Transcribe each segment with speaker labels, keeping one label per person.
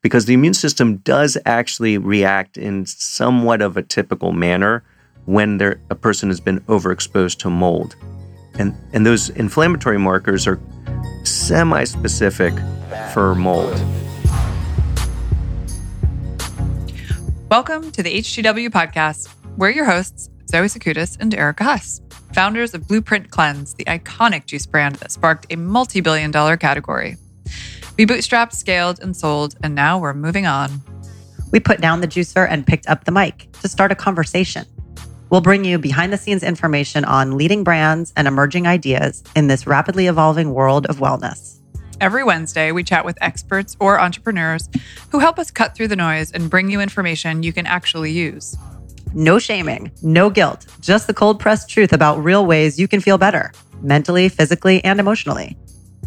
Speaker 1: because the immune system does actually react in somewhat of a typical manner when there, a person has been overexposed to mold. And, and those inflammatory markers are semi specific for mold.
Speaker 2: Welcome to the HGW podcast. We're your hosts, Zoe Sakudis and Erica Huss, founders of Blueprint Cleanse, the iconic juice brand that sparked a multi billion dollar category. We bootstrapped, scaled, and sold, and now we're moving on.
Speaker 3: We put down the juicer and picked up the mic to start a conversation. We'll bring you behind the scenes information on leading brands and emerging ideas in this rapidly evolving world of wellness.
Speaker 2: Every Wednesday, we chat with experts or entrepreneurs who help us cut through the noise and bring you information you can actually use.
Speaker 3: No shaming, no guilt, just the cold pressed truth about real ways you can feel better mentally, physically, and emotionally.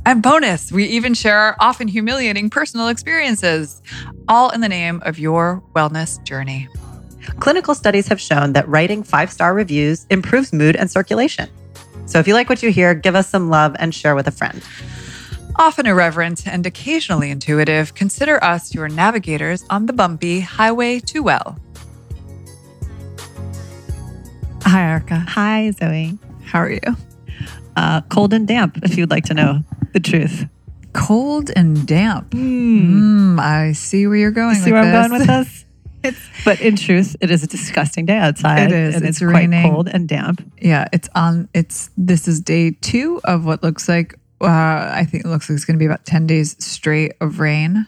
Speaker 2: And bonus, we even share our often humiliating personal experiences, all in the name of your wellness journey.
Speaker 3: Clinical studies have shown that writing five star reviews improves mood and circulation. So if you like what you hear, give us some love and share with a friend.
Speaker 2: Often irreverent and occasionally intuitive, consider us your navigators on the bumpy highway to well.
Speaker 4: Hi, Erica.
Speaker 5: Hi, Zoe.
Speaker 4: How are you?
Speaker 5: Uh, cold and damp, if you'd like to know the truth.
Speaker 4: Cold and damp.
Speaker 5: Mm.
Speaker 4: Mm, I see where you're going.
Speaker 5: You see
Speaker 4: with
Speaker 5: where
Speaker 4: this.
Speaker 5: I'm going with this? It's, but in truth, it is a disgusting day
Speaker 4: It
Speaker 5: outside.
Speaker 4: is.
Speaker 5: And
Speaker 4: It's
Speaker 5: it's,
Speaker 4: raining.
Speaker 5: quite cold and damp.
Speaker 4: yeah, it's on. It's this is day two of what looks like. Uh, I think it looks like it's going to be about ten days straight of rain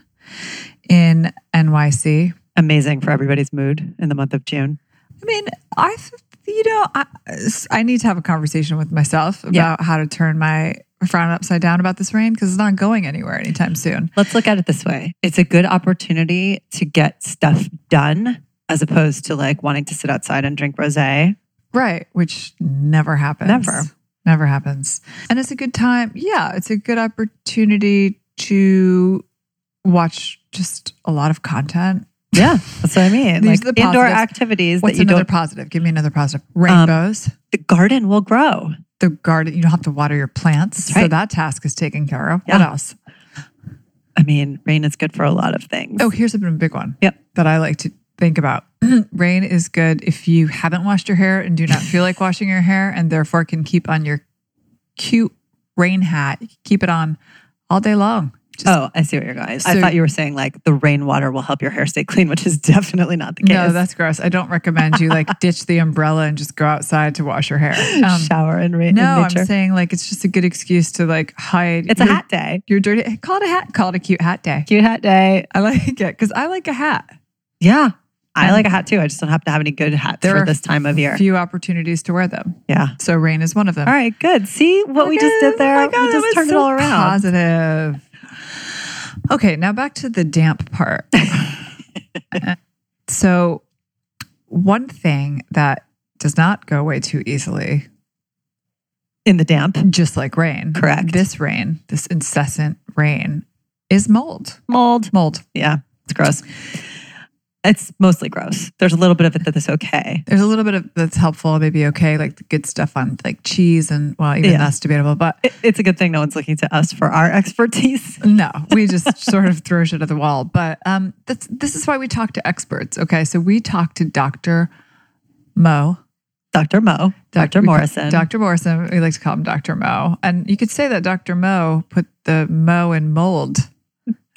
Speaker 4: in NYC.
Speaker 5: Amazing for everybody's mood in the month of June.
Speaker 4: I mean, I th- you know I, I need to have a conversation with myself about
Speaker 5: Yeah.
Speaker 4: how to turn my frown upside down about this rain because it's not going anywhere anytime soon.
Speaker 5: Let's look at it this way it's a good opportunity to get stuff done as opposed to like wanting to sit outside and drink rose.
Speaker 4: Right, which never happens.
Speaker 5: Never.
Speaker 4: Never happens. And it's a good time. Yeah, it's a good opportunity to watch just a lot of content.
Speaker 5: Yeah, that's what I mean.
Speaker 4: These
Speaker 5: like
Speaker 4: are the
Speaker 5: indoor
Speaker 4: positives.
Speaker 5: activities
Speaker 4: What's
Speaker 5: that you
Speaker 4: another
Speaker 5: don't, Um,
Speaker 4: positive? Give me another positive. Rainbows.
Speaker 5: the garden will grow.
Speaker 4: the garden. You don't have to water your plants.
Speaker 5: That's right.
Speaker 4: So that task is taken care of. What
Speaker 5: Yeah.
Speaker 4: else?
Speaker 5: I mean, rain is good for a lot of things.
Speaker 4: Oh, here's a big one.
Speaker 5: Yep.
Speaker 4: That I like to think about. Rain is good if you haven't washed your hair and do not feel like washing your hair and therefore can keep on your cute rain hat. Keep it on all day long. Just
Speaker 5: oh, I see what you're going. I
Speaker 4: So-
Speaker 5: thought you were saying like the rainwater will help your hair stay clean, which is definitely not the case.
Speaker 4: No, that's gross. I don't recommend you like ditch the umbrella and just go outside to wash your hair. Um,
Speaker 5: shower and rain.
Speaker 4: no,
Speaker 5: in
Speaker 4: I'm
Speaker 5: nature.
Speaker 4: saying like it's just a good excuse to like hide.
Speaker 5: it's a
Speaker 4: your-
Speaker 5: hat day.
Speaker 4: Your dirty. Call it a hat. Call it a cute hat day.
Speaker 5: Cute hat day. Um,
Speaker 4: I like it because I like a hat.
Speaker 5: Yeah, I
Speaker 4: Um,
Speaker 5: like a hat too. I just don't have to have any good hats
Speaker 4: there
Speaker 5: for
Speaker 4: are
Speaker 5: this time of year.
Speaker 4: Few opportunities to wear them.
Speaker 5: yeah.
Speaker 4: So rain is one of them.
Speaker 5: All right, good. See what we
Speaker 4: Look
Speaker 5: just
Speaker 4: at-
Speaker 5: did there?
Speaker 4: Oh my God,
Speaker 5: we
Speaker 4: that
Speaker 5: just
Speaker 4: was
Speaker 5: turned it
Speaker 4: so
Speaker 5: all around.
Speaker 4: Positive. Okay, now back to the damp part. so, one thing that does not go away too easily,
Speaker 5: In the damp
Speaker 4: just like rain,
Speaker 5: Correct.
Speaker 4: This rain, this incessant rain, is mold.
Speaker 5: mold.
Speaker 4: Mold.
Speaker 5: Yeah, it's gross. It's mostly gross. There's a little bit of it that is okay.
Speaker 4: There's a little bit of that's helpful, maybe okay, like the good stuff on like cheese and well, even
Speaker 5: Yeah.
Speaker 4: that's debatable, but
Speaker 5: It- It's a good thing no one's looking to us for our expertise.
Speaker 4: No, we just sort of throw shit at the wall. But um, that's this is why we talk to experts. Okay, so we talk to Doctor Mo,
Speaker 5: Dr. Mo, Dr.
Speaker 4: we call-
Speaker 5: Morrison.
Speaker 4: Doctor Morrison. We like to call him Doctor Mo, and you could say that Doctor Mo put the Mo in mold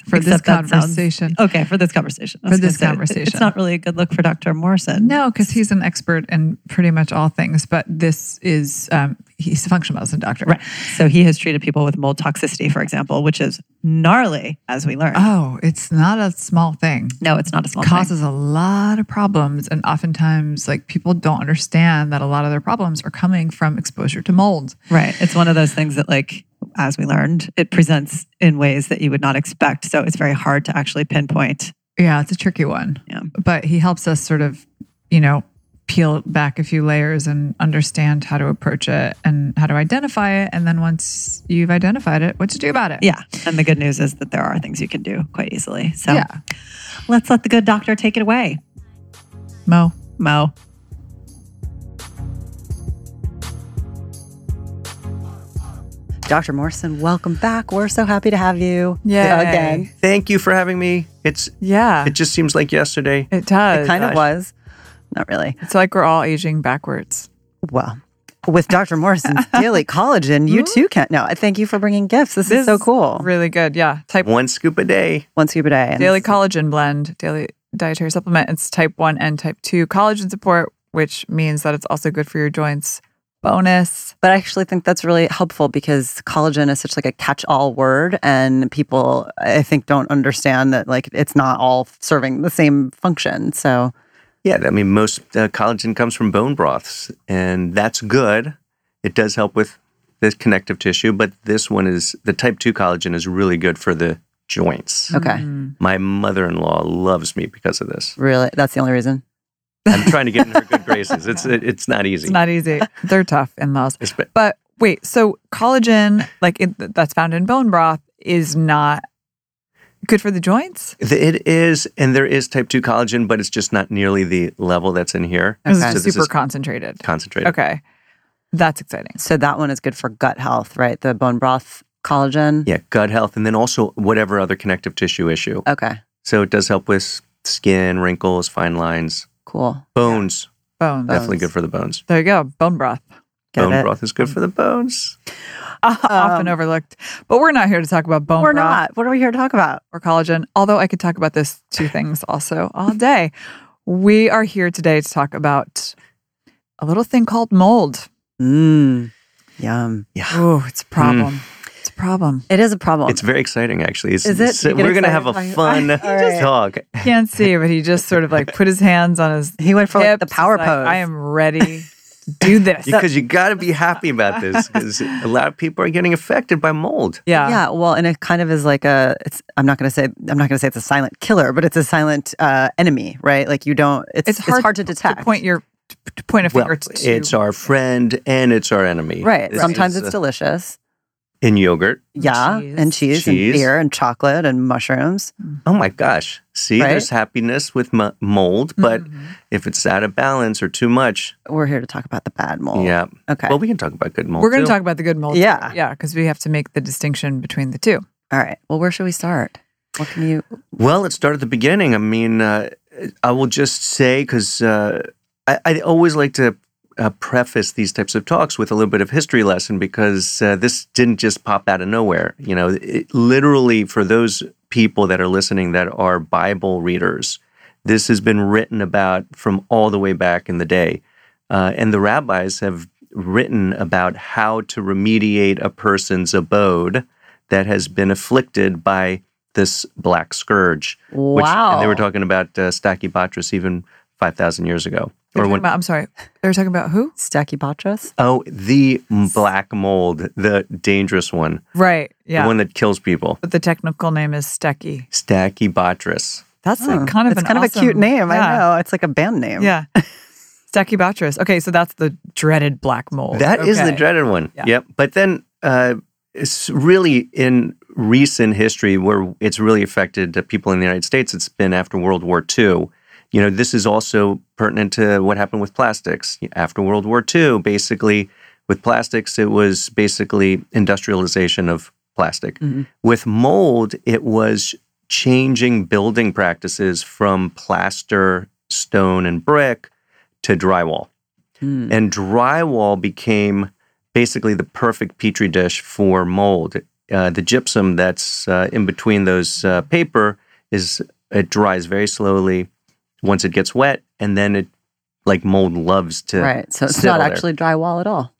Speaker 4: for this
Speaker 5: Except that sounds-
Speaker 4: conversation.
Speaker 5: Okay, for this conversation. I
Speaker 4: For
Speaker 5: was gonna
Speaker 4: this
Speaker 5: say, it-
Speaker 4: conversation.
Speaker 5: It's not really a good look for Dr. Morrison.
Speaker 4: No, because he's an expert in pretty much all things, but this is um, he's a functional medicine doctor.
Speaker 5: Right. So he has treated people with mold toxicity, for example, which is gnarly, as we learned.
Speaker 4: Oh, it's not a small thing.
Speaker 5: no, it's not a small thing.
Speaker 4: causes a lot of problems and oftentimes like people don't understand that a lot of their problems are coming from exposure to mold
Speaker 5: Right. It's one of those things that, like, as we learned, it presents in ways that you would not expect. So it's very hard to actually pinpoint.
Speaker 4: yeah it's a tricky one
Speaker 5: Yeah.
Speaker 4: but he helps us sort of you know peel back a few layers and understand how to approach it and how to identify it and then once you've identified it what to do about it
Speaker 5: Yeah. And the good news is that there are things you can do quite easily. So
Speaker 4: yeah
Speaker 5: let's let the good doctor take it away.
Speaker 4: mo
Speaker 5: Mo. Dr. Morrison, welcome back. We're so happy to have you
Speaker 4: Yay.
Speaker 5: again.
Speaker 1: Thank you for having me. It's
Speaker 4: Yeah,
Speaker 1: it just seems like yesterday.
Speaker 4: it does.
Speaker 5: It kind of was. Not really.
Speaker 4: It's like we're all aging backwards.
Speaker 5: Well, with Dr. Morrison's daily collagen, you too can. No, thank you for bringing gifts. This, is so cool.
Speaker 4: Really good. Yeah. Type
Speaker 1: One scoop a day.
Speaker 5: One scoop a day. and
Speaker 4: daily
Speaker 5: this-
Speaker 4: collagen blend, daily dietary supplement. It's type one and type two collagen support, which means that it's also good for your joints. Bonus.
Speaker 5: but I actually think that's really helpful because collagen is such like a catch-all word, and people I think don't understand that like it's not all serving the same function. So
Speaker 1: Yeah, I mean, most uh, collagen comes from bone broths, and that's good. It does help with the connective tissue, but this one is the type 2 collagen is really good for the joints.
Speaker 5: okay,
Speaker 4: Mm-hmm.
Speaker 1: My mother in law loves me because of this.
Speaker 5: really, that's the only reason.
Speaker 1: I'm trying to get in her good graces. It's it, it's not easy.
Speaker 4: It's not easy. They're tough in laws.
Speaker 1: It's be-
Speaker 4: But wait, so collagen, like it, that's found in bone broth, is not good for the joints?
Speaker 1: it is, and there is type 2 collagen, but it's just not nearly the level that's in here.
Speaker 5: Okay.
Speaker 4: It's
Speaker 1: So this
Speaker 4: super
Speaker 1: is-
Speaker 4: concentrated.
Speaker 1: Concentrated.
Speaker 4: Okay. That's exciting.
Speaker 5: So that one is good for gut health, right? The bone broth collagen.
Speaker 1: Yeah, gut health, and then also whatever other connective tissue issue.
Speaker 5: Okay,
Speaker 1: So it does help with skin, wrinkles, fine lines,
Speaker 5: cool.
Speaker 1: bones.
Speaker 4: Bones.
Speaker 1: Definitely good for the bones.
Speaker 4: There you go. Bone broth.
Speaker 5: Get
Speaker 1: bone
Speaker 5: it.
Speaker 1: broth is good for the bones.
Speaker 4: Often overlooked. But we're not here to talk about bone
Speaker 5: Um, We're
Speaker 4: broth.
Speaker 5: not. What are we here to talk about?
Speaker 4: or collagen, although I could talk about those two things also all day. We are here today to talk about a little thing called mold.
Speaker 1: Mm.
Speaker 5: Mmm, yum.
Speaker 4: Oh,
Speaker 5: Mm.
Speaker 4: it's a problem. It's a problem.
Speaker 5: It is a problem.
Speaker 1: It's very exciting, actually. It's,
Speaker 5: Is it?
Speaker 1: it's-
Speaker 5: You get
Speaker 1: we're going to have
Speaker 5: excited
Speaker 1: a
Speaker 5: talking
Speaker 1: fun
Speaker 5: about- All right.
Speaker 1: talk.
Speaker 4: Can't see, but he just sort of like put his hands on his
Speaker 5: he went for like, the
Speaker 4: hips.
Speaker 5: power
Speaker 4: He's like,
Speaker 5: pose.
Speaker 4: I am ready to do this.
Speaker 1: Because you got to be happy about this because a lot of people are getting affected by mold.
Speaker 4: yeah.
Speaker 5: Yeah, well, and it kind of is like a. It's I'm not going to say I'm not going to say it's a silent killer, but it's a silent uh, enemy, right? Like you don't. It's
Speaker 4: It's
Speaker 5: it's
Speaker 4: hard
Speaker 5: hard, to detect.
Speaker 4: To point your to point a
Speaker 1: Well,
Speaker 4: finger to
Speaker 1: it's our friend and it's our enemy.
Speaker 5: right.
Speaker 1: This
Speaker 5: Sometimes
Speaker 1: is,
Speaker 5: it's
Speaker 1: uh,
Speaker 5: delicious.
Speaker 1: in yogurt.
Speaker 5: Yeah,
Speaker 4: cheese.
Speaker 5: and cheese,
Speaker 1: Cheese.
Speaker 5: and beer and chocolate and mushrooms.
Speaker 1: Oh my gosh! See,
Speaker 5: Right? Mm-hmm.
Speaker 1: there's happiness with mo- mold, but
Speaker 4: Mhm.
Speaker 1: if it's out of balance or too much,
Speaker 5: We're here to talk about the bad mold.
Speaker 1: yeah.
Speaker 5: Oh, Okay.
Speaker 1: Well, we can talk about good mold.
Speaker 4: we're going to
Speaker 1: too.
Speaker 4: talk about the good mold.
Speaker 5: Yeah.
Speaker 4: too. yeah, because we have to make the distinction between the two.
Speaker 5: All right. Well, where should we start? What can you?
Speaker 1: Well, let's start at the beginning. I mean, uh, I will just say because uh, I, I always like to uh, preface these types of talks with a little bit of history lesson because uh, this didn't just pop out of nowhere. You know, it, literally for those people that are listening that are Bible readers, this has been written about from all the way back in the day, uh, and the rabbis have written about how to remediate a person's abode that has been afflicted by this black scourge. Which,
Speaker 5: Wow.
Speaker 1: And they were talking about uh, Stachybotrys even 5,000 years ago.
Speaker 4: They're
Speaker 1: Or
Speaker 4: talking
Speaker 1: when,
Speaker 4: about, I'm sorry, they were talking about who?
Speaker 5: Stachybotrys.
Speaker 1: oh, the black mold, the dangerous one,
Speaker 4: Right. Yeah.
Speaker 1: the one that kills people.
Speaker 4: but the technical name is Stecky.
Speaker 1: Stachybotrys.
Speaker 4: That's like
Speaker 5: Oh,
Speaker 4: kind of
Speaker 5: it's
Speaker 4: an
Speaker 5: kind of a cute
Speaker 4: awesome-
Speaker 5: name.
Speaker 4: Yeah.
Speaker 5: I know. It's like a band name.
Speaker 4: Yeah. Stachybotrys. Okay, so that's the dreaded black mold.
Speaker 1: That is the
Speaker 4: Okay.
Speaker 1: dreaded one.
Speaker 4: Yeah.
Speaker 1: Yep. But then uh, it's really in recent history where it's really affected the people in the United States. It's been after World War II. You know, this is also pertinent to what happened with plastics after World War II. Basically, with plastics, it was basically industrialization of plastic.
Speaker 4: Mm-hmm.
Speaker 5: Mhm.
Speaker 1: With mold, it was changing building practices from plaster, stone, and brick to drywall.
Speaker 5: Hmm.
Speaker 1: And drywall became basically the perfect petri dish for mold. Uh, the gypsum that's uh, in between those uh, paper is it dries very slowly once it gets wet, and then it like mold loves to.
Speaker 5: Right. So it's
Speaker 1: Still
Speaker 5: not
Speaker 1: there.
Speaker 5: actually drywall at all.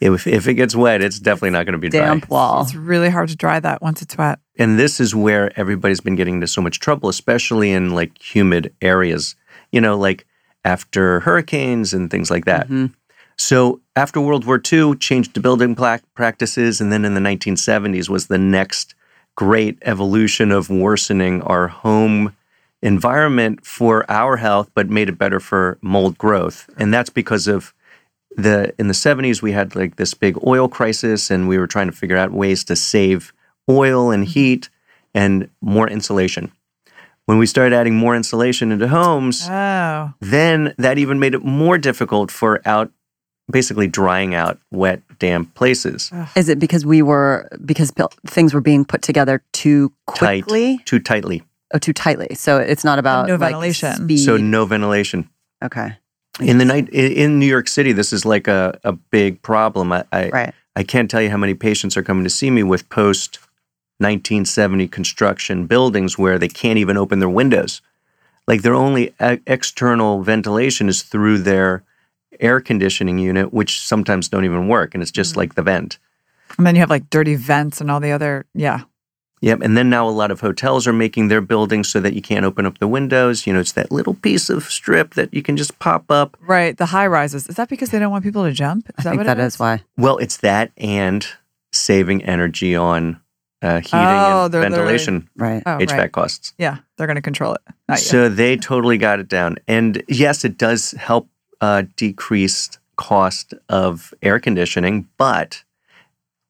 Speaker 1: If if it gets wet, it's definitely not going to be dry.
Speaker 5: Damp wall.
Speaker 4: It's really hard to dry that once it's wet.
Speaker 1: and this is where everybody's been getting into so much trouble especially in like humid areas you know like after hurricanes and things like that
Speaker 5: Mhm.
Speaker 1: so after world war ii changed to building pla- practices and then in the 1970s was the next great evolution of worsening our home environment for our health but made it better for mold growth and that's because of the in the 70s we had like this big oil crisis and we were trying to figure out ways to save oil and heat and more insulation when we started adding more insulation into homes
Speaker 4: Oh.
Speaker 1: then that even made it more difficult for out basically drying out wet damn places.
Speaker 5: Is it because we were because built, things were being put together too
Speaker 1: Tight.
Speaker 5: quickly
Speaker 1: Too tightly.
Speaker 5: or too tightly? So it's not about
Speaker 4: no
Speaker 5: like,
Speaker 4: ventilation.
Speaker 5: speed.
Speaker 1: So no ventilation.
Speaker 5: okay,
Speaker 1: In the night in- in New York City, this is like a, a big problem. I, I
Speaker 5: right.
Speaker 1: I can't tell you how many patients are coming to see me with post 1970 construction buildings where they can't even open their windows. Like their only e- external ventilation is through their air conditioning unit, which sometimes don't even work, and it's just
Speaker 5: Mm.
Speaker 1: like the vent.
Speaker 4: And then you have like dirty vents and all the other, yeah.
Speaker 1: Yep. And then now a lot of hotels are making their buildings so that you can't open up the windows. You know, it's that little piece of strip that you can just pop up.
Speaker 4: Right. The high rises. Is that because they don't want people to jump? Is that
Speaker 5: I think
Speaker 4: what
Speaker 5: that
Speaker 4: it
Speaker 5: is? why.
Speaker 1: Well, it's that and saving energy on uh, heating
Speaker 4: Oh,
Speaker 1: and
Speaker 4: they're literally-
Speaker 1: ventilation,
Speaker 5: Right.
Speaker 4: Oh,
Speaker 1: HVAC
Speaker 4: right.
Speaker 1: costs.
Speaker 4: Yeah. They're going to control it. Not yet.
Speaker 1: So they totally got it down. And yes, it does help uh, decrease cost of air conditioning, but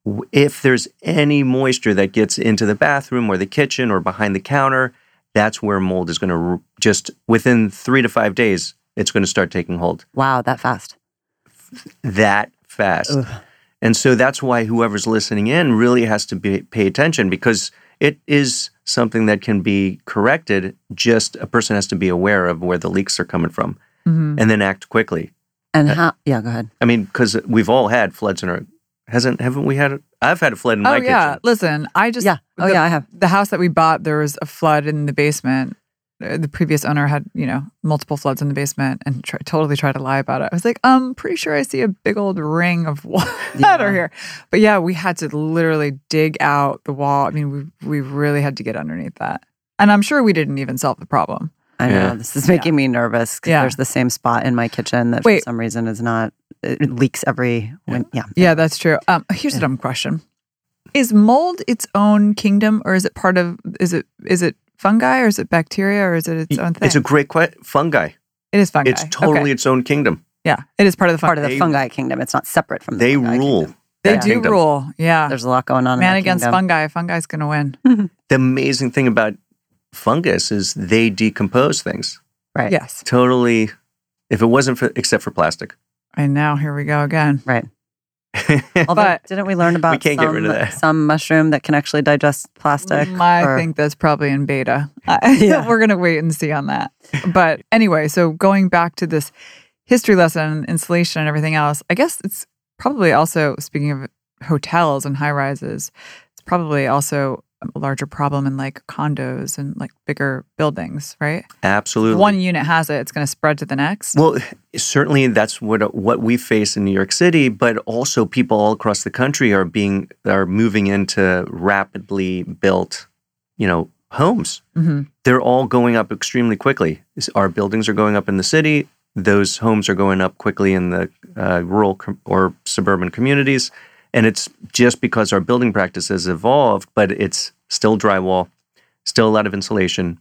Speaker 1: w- if there's any moisture that gets into the bathroom or the kitchen or behind the counter, that's where mold is going to r- just within three to five days, it's going to start taking hold
Speaker 5: Wow, that fast.
Speaker 1: that fast.
Speaker 5: Ugh.
Speaker 1: And so that's why whoever's listening in really has to be, pay attention because it is something that can be corrected. Just a person has to be aware of where the leaks are coming from
Speaker 4: Mhm.
Speaker 1: and then act quickly.
Speaker 5: And how? Yeah, go ahead.
Speaker 1: I mean, because we've all had floods in our hasn't haven't we had? I've had a flood in
Speaker 4: Oh,
Speaker 1: my
Speaker 4: yeah.
Speaker 1: kitchen.
Speaker 4: Listen, I just,
Speaker 5: Yeah. Oh
Speaker 4: the-
Speaker 5: yeah, I have.
Speaker 4: the house that we bought, there was a flood in the basement. Uh, The previous owner had, you know, multiple floods in the basement and try, totally tried to lie about it. I was like, I'm pretty sure I see a big old ring of water
Speaker 5: Yeah.
Speaker 4: here. But yeah, we had to literally dig out the wall. I mean, we, we really had to get underneath that. And I'm sure we didn't even solve the problem.
Speaker 5: I know
Speaker 1: Yeah.
Speaker 5: this is making me nervous because
Speaker 4: Yeah.
Speaker 5: there's the same spot in my kitchen that
Speaker 4: Wait.
Speaker 5: for some reason is not. It leaks every win- yeah.
Speaker 4: Yeah, that's true. Um, here's a dumb question: Is mold its own kingdom, or is it part of? Is it is it fungi, or is it bacteria, or is it its own thing?
Speaker 1: It's a great que- fungi.
Speaker 4: it is fungi.
Speaker 1: It's totally
Speaker 4: Okay.
Speaker 1: its own kingdom.
Speaker 4: yeah. It is part of the fungi.
Speaker 5: part of the
Speaker 1: They-
Speaker 5: fungi kingdom. It's not separate from the
Speaker 1: They
Speaker 5: fungi
Speaker 1: rule.
Speaker 5: kingdom.
Speaker 4: They
Speaker 5: Yeah.
Speaker 4: do
Speaker 1: kingdom.
Speaker 4: rule. Yeah.
Speaker 5: There's a lot going on. in
Speaker 4: Man
Speaker 5: that
Speaker 4: against
Speaker 5: kingdom.
Speaker 4: fungi. Fungi's going to win.
Speaker 1: The amazing thing about fungus is they decompose things.
Speaker 5: Right.
Speaker 4: Yes.
Speaker 1: Totally. If it wasn't for except for plastic.
Speaker 4: I know. Here we go again.
Speaker 5: Although,
Speaker 4: But-
Speaker 5: didn't we learn about
Speaker 1: can't
Speaker 5: some,
Speaker 1: get rid of that.
Speaker 5: some mushroom that can actually digest plastic?
Speaker 4: Mm, I
Speaker 5: or-
Speaker 4: think that's probably in beta.
Speaker 5: Yeah.
Speaker 4: We're going to wait and see on that. But anyway, so going back to this history lesson, insulation, and everything else, I guess it's probably also, speaking of hotels and high rises, it's probably also a larger problem in like condos and like bigger buildings, right?
Speaker 1: Absolutely.
Speaker 4: One unit has it, it's going to spread to the next.
Speaker 1: Well, certainly that's what what we face in New York City, but also people all across the country are being are moving into rapidly built, you know, homes.
Speaker 4: Mhm.
Speaker 1: They're all going up extremely quickly. Our buildings are going up in the city. Those homes are going up quickly in the uh, rural com- or suburban communities, and it's just because our building practice has evolved, but it's still drywall, still a lot of insulation,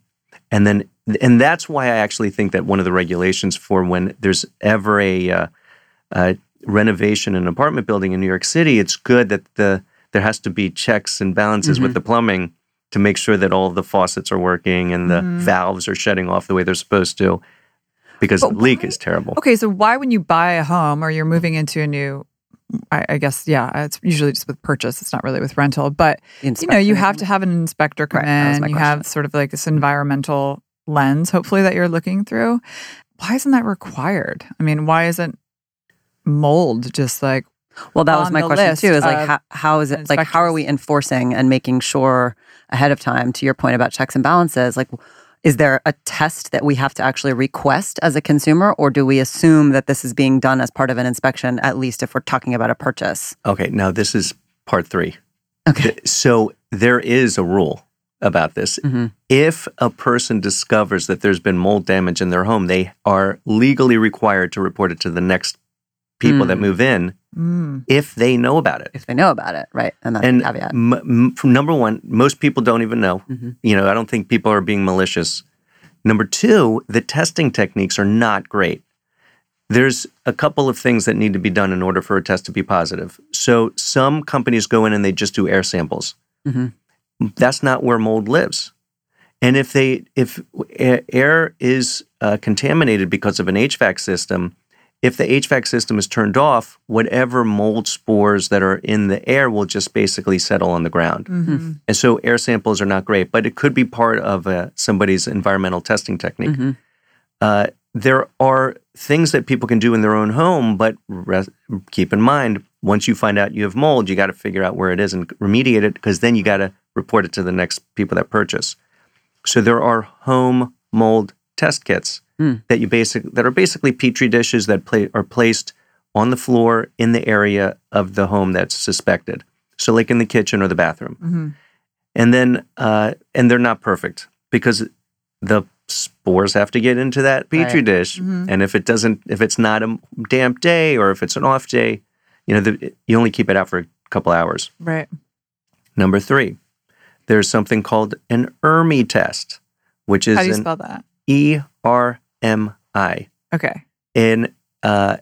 Speaker 1: and then and that's why I actually think that one of the regulations for when there's ever a uh, uh, renovation in an apartment building in New York City, it's good that the there has to be checks and balances with the plumbing to make sure that all the faucets are working and the valves are shutting off the way they're supposed to, because
Speaker 4: But
Speaker 1: leak
Speaker 4: why-
Speaker 1: is terrible.
Speaker 4: Okay, so why when you buy a home or you're moving into a new, I, I guess yeah, it's usually just with purchase. It's not really with rental, but you know you have to have an inspector come
Speaker 5: Right, that was
Speaker 4: in.
Speaker 5: my
Speaker 4: You
Speaker 5: question.
Speaker 4: have sort of like this environmental lens, hopefully that you're looking through. Why isn't that required? I mean, why isn't mold just like
Speaker 5: Well, that was
Speaker 4: on
Speaker 5: my
Speaker 4: the
Speaker 5: question
Speaker 4: list
Speaker 5: too. Is
Speaker 4: of
Speaker 5: like how, how is it like how are
Speaker 4: inspectors.
Speaker 5: we enforcing and making sure ahead of time? To your point about checks and balances, like is there a test that we have to actually request as a consumer, or do we assume that this is being done as part of an inspection? At least if we're talking about a purchase,
Speaker 1: Okay, now this is part three.
Speaker 5: Okay.
Speaker 1: Th- So there is a rule about this.
Speaker 5: Mhm.
Speaker 1: If a person discovers that there's been mold damage in their home, they are legally required to report it to the next people that
Speaker 5: Mm.
Speaker 1: move in
Speaker 4: mm,
Speaker 1: if they know about it.
Speaker 5: if they know about it, right? And that's
Speaker 1: And
Speaker 5: the caveat.
Speaker 1: m- m- from number one, most people don't even know.
Speaker 5: Mhm.
Speaker 1: You know, I don't think people are being malicious. Number two, the testing techniques are not great. There's a couple of things that need to be done in order for a test to be positive. So some companies go in and they just do air samples.
Speaker 5: Mhm.
Speaker 1: That's not where mold lives. And if they if a- air is uh, contaminated because of an HVAC system, if the HVAC system is turned off, whatever mold spores that are in the air will just basically settle on the ground.
Speaker 4: Mm-hmm.
Speaker 1: And so air samples are not great, but it could be part of uh, somebody's environmental testing technique.
Speaker 5: Mhm.
Speaker 1: Uh, there are things that people can do in their own home, but res- keep in mind once you find out you have mold, you got to figure out where it is and remediate it because then you got to report it to the next people that purchase. So there are home mold test kits
Speaker 5: Hmm.
Speaker 1: that you basic that are basically petri dishes that pla- are placed on the floor in the area of the home that's suspected. So like in the kitchen or the bathroom
Speaker 4: Mm-hmm.
Speaker 1: and then uh, and they're not perfect because the spores have to get into that petri
Speaker 5: Right.
Speaker 1: dish
Speaker 2: Mm-hmm.
Speaker 4: Mhm.
Speaker 1: and if it doesn't if it's not a damp day or if it's an off day you know the, you only keep it out for a couple hours
Speaker 4: Right.
Speaker 1: number three there's something called an ermi test which is
Speaker 2: How do you
Speaker 1: an E
Speaker 2: spell that?
Speaker 1: e-r-m-i
Speaker 4: Okay.
Speaker 1: an uh,
Speaker 4: Stands for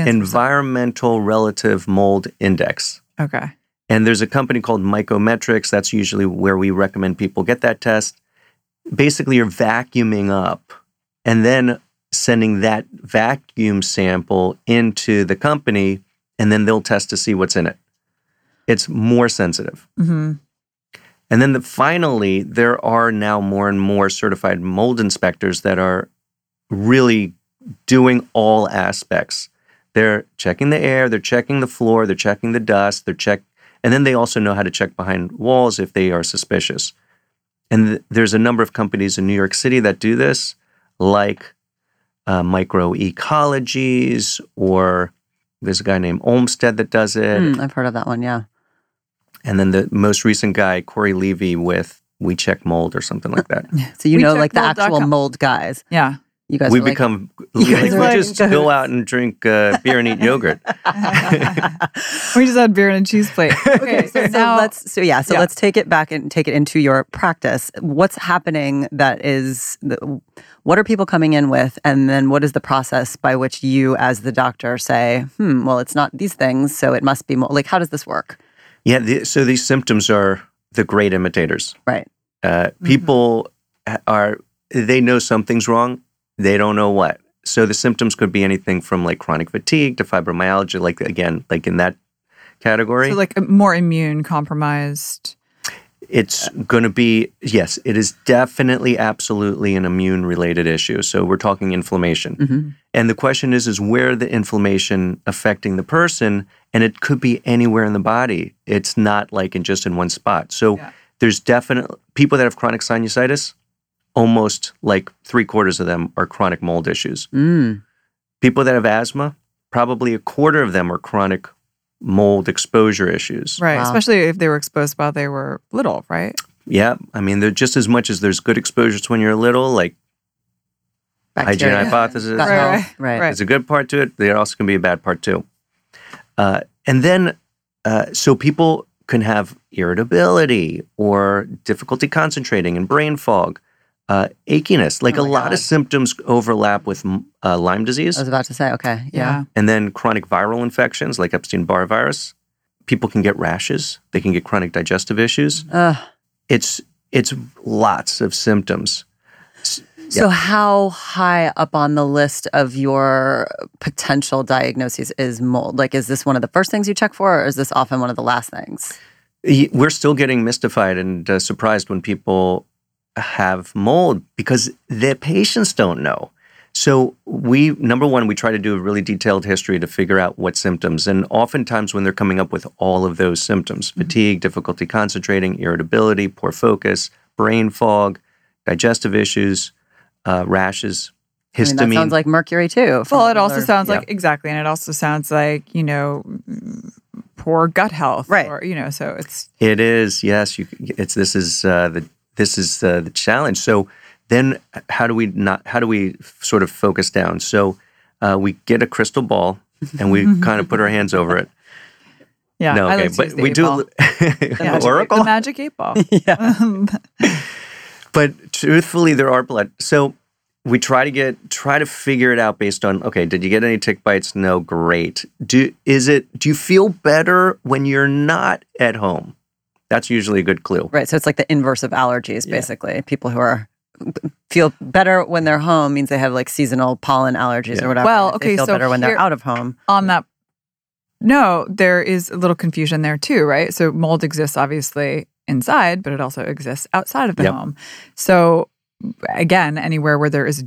Speaker 4: something.
Speaker 1: environmental relative mold index
Speaker 4: Okay.
Speaker 1: And there's a company called Mycometrics. That's usually where we recommend people get that test. Basically, you're vacuuming up and then sending that vacuum sample into the company, and then they'll test to see what's in it. It's more sensitive.
Speaker 4: Mm-hmm.
Speaker 1: And then the, finally, there are now more and more certified mold inspectors that are really doing all aspects. They're checking the air, they're checking the floor, they're checking the dust, they're check, and then they also know how to check behind walls if they are suspicious. And th- there's a number of companies in New York City that do this, like uh, Microecologies, or there's a guy named Olmstead that does it.
Speaker 5: Mm, I've heard of that one. Yeah.
Speaker 1: And then the most recent guy, Corey Levy, with We Check Mold or something like that.
Speaker 5: So you
Speaker 4: We
Speaker 5: know,
Speaker 4: check
Speaker 5: like the
Speaker 4: mold dot
Speaker 5: actual
Speaker 4: com.
Speaker 5: mold guys.
Speaker 4: Yeah.
Speaker 5: You guys.
Speaker 1: we
Speaker 5: are like,
Speaker 1: become
Speaker 5: You guys
Speaker 1: like,
Speaker 5: are
Speaker 1: we just
Speaker 5: like-
Speaker 1: go out and drink uh, beer and eat yogurt.
Speaker 4: We just had beer and a cheese plate. Okay.
Speaker 5: so,
Speaker 4: So, now
Speaker 5: let's so yeah so
Speaker 4: Yeah.
Speaker 5: let's take it back and take it into your practice what's happening that is the, what are people coming in with and then what is the process by which you as the doctor say hmm well it's not these things so it must be more like how does this work
Speaker 1: Yeah. The, so these symptoms are the great imitators.
Speaker 5: Right.
Speaker 1: Uh, people are, they know something's wrong. They don't know what. So the symptoms could be anything from like chronic fatigue to fibromyalgia, like again, like in that category.
Speaker 4: so like a more immune compromised.
Speaker 1: It's going to be, yes, it is definitely absolutely an immune related issue. So we're talking inflammation.
Speaker 5: Mhm.
Speaker 1: And the question is, is where the inflammation affecting the person? And it could be anywhere in the body. It's not like in just in one spot. So
Speaker 4: Yeah.
Speaker 1: there's definite people that have chronic sinusitis, almost like three quarters of them are chronic mold issues.
Speaker 5: mm.
Speaker 1: People that have asthma, probably a quarter of them are chronic mold exposure issues.
Speaker 4: Right.
Speaker 5: Wow.
Speaker 4: Especially if they were exposed while they were little, right?
Speaker 1: Yeah. I mean, they're just as much as there's good exposures when you're little, like hygiene
Speaker 5: Bacteria.
Speaker 1: hypothesis.
Speaker 5: Gut
Speaker 4: Right,
Speaker 5: health, right.
Speaker 4: right.
Speaker 1: There's a good part to it. There also can be a bad part too. Uh, and then, uh, so people can have irritability or difficulty concentrating and brain fog, uh, achiness. Like
Speaker 5: Oh
Speaker 1: a
Speaker 5: my
Speaker 1: lot
Speaker 5: God.
Speaker 1: of symptoms overlap with mm, uh, Lyme disease,
Speaker 5: i was about to say okay yeah,
Speaker 1: and then chronic viral infections like Epstein Barr virus. People can get rashes. They can get chronic digestive issues.
Speaker 5: Ugh.
Speaker 1: It's it's lots of symptoms.
Speaker 5: so how high up on the list of your potential diagnoses is mold like is this one of the first things you check for or is this often one of the last things
Speaker 1: Y- we're still getting mystified and uh, surprised when people have mold because their patients don't know. So we number one, we try to do a really detailed history to figure out what symptoms. And oftentimes when they're coming up with all of those symptoms,
Speaker 5: Mm-hmm.
Speaker 1: fatigue, difficulty concentrating, irritability, poor focus, brain fog, digestive issues, uh, rashes,
Speaker 5: I mean,
Speaker 1: histamine.
Speaker 5: that sounds like mercury too. from
Speaker 4: Well, it also
Speaker 5: another-
Speaker 4: sounds
Speaker 1: yeah.
Speaker 4: like exactly, and it also sounds like you know, poor gut health,
Speaker 5: Right.
Speaker 4: Or you know, so it's
Speaker 1: It is yes. You, it's this is uh, the this is uh, the challenge. So then, how do we not? How do we sort of focus down? So uh, we get a crystal ball and we kind of put our hands over it.
Speaker 4: yeah.
Speaker 1: no,
Speaker 4: I
Speaker 1: okay,
Speaker 4: like to use
Speaker 1: but
Speaker 4: the
Speaker 1: we
Speaker 4: eight
Speaker 1: do a
Speaker 4: ball.
Speaker 1: li-
Speaker 4: The magic-
Speaker 1: oracle.
Speaker 4: the magic eight ball. yeah.
Speaker 1: but truthfully, there are blood. So we try to get try to figure it out based on okay, did you get any tick bites? No, great. Do is it? Do you feel better when you're not at home? That's usually a good clue.
Speaker 5: Right. So it's like the inverse of allergies,
Speaker 1: Yeah.
Speaker 5: basically. People who are feel better when they're home means they have like seasonal pollen allergies
Speaker 1: Yeah.
Speaker 5: or whatever.
Speaker 4: Well,
Speaker 5: If
Speaker 4: okay,
Speaker 5: they feel
Speaker 4: so
Speaker 5: better when
Speaker 4: here-
Speaker 5: they're out of home.
Speaker 4: on that no there is a little confusion there too right so mold exists obviously inside but it also exists outside of the
Speaker 1: Yep.
Speaker 4: home so again anywhere where there is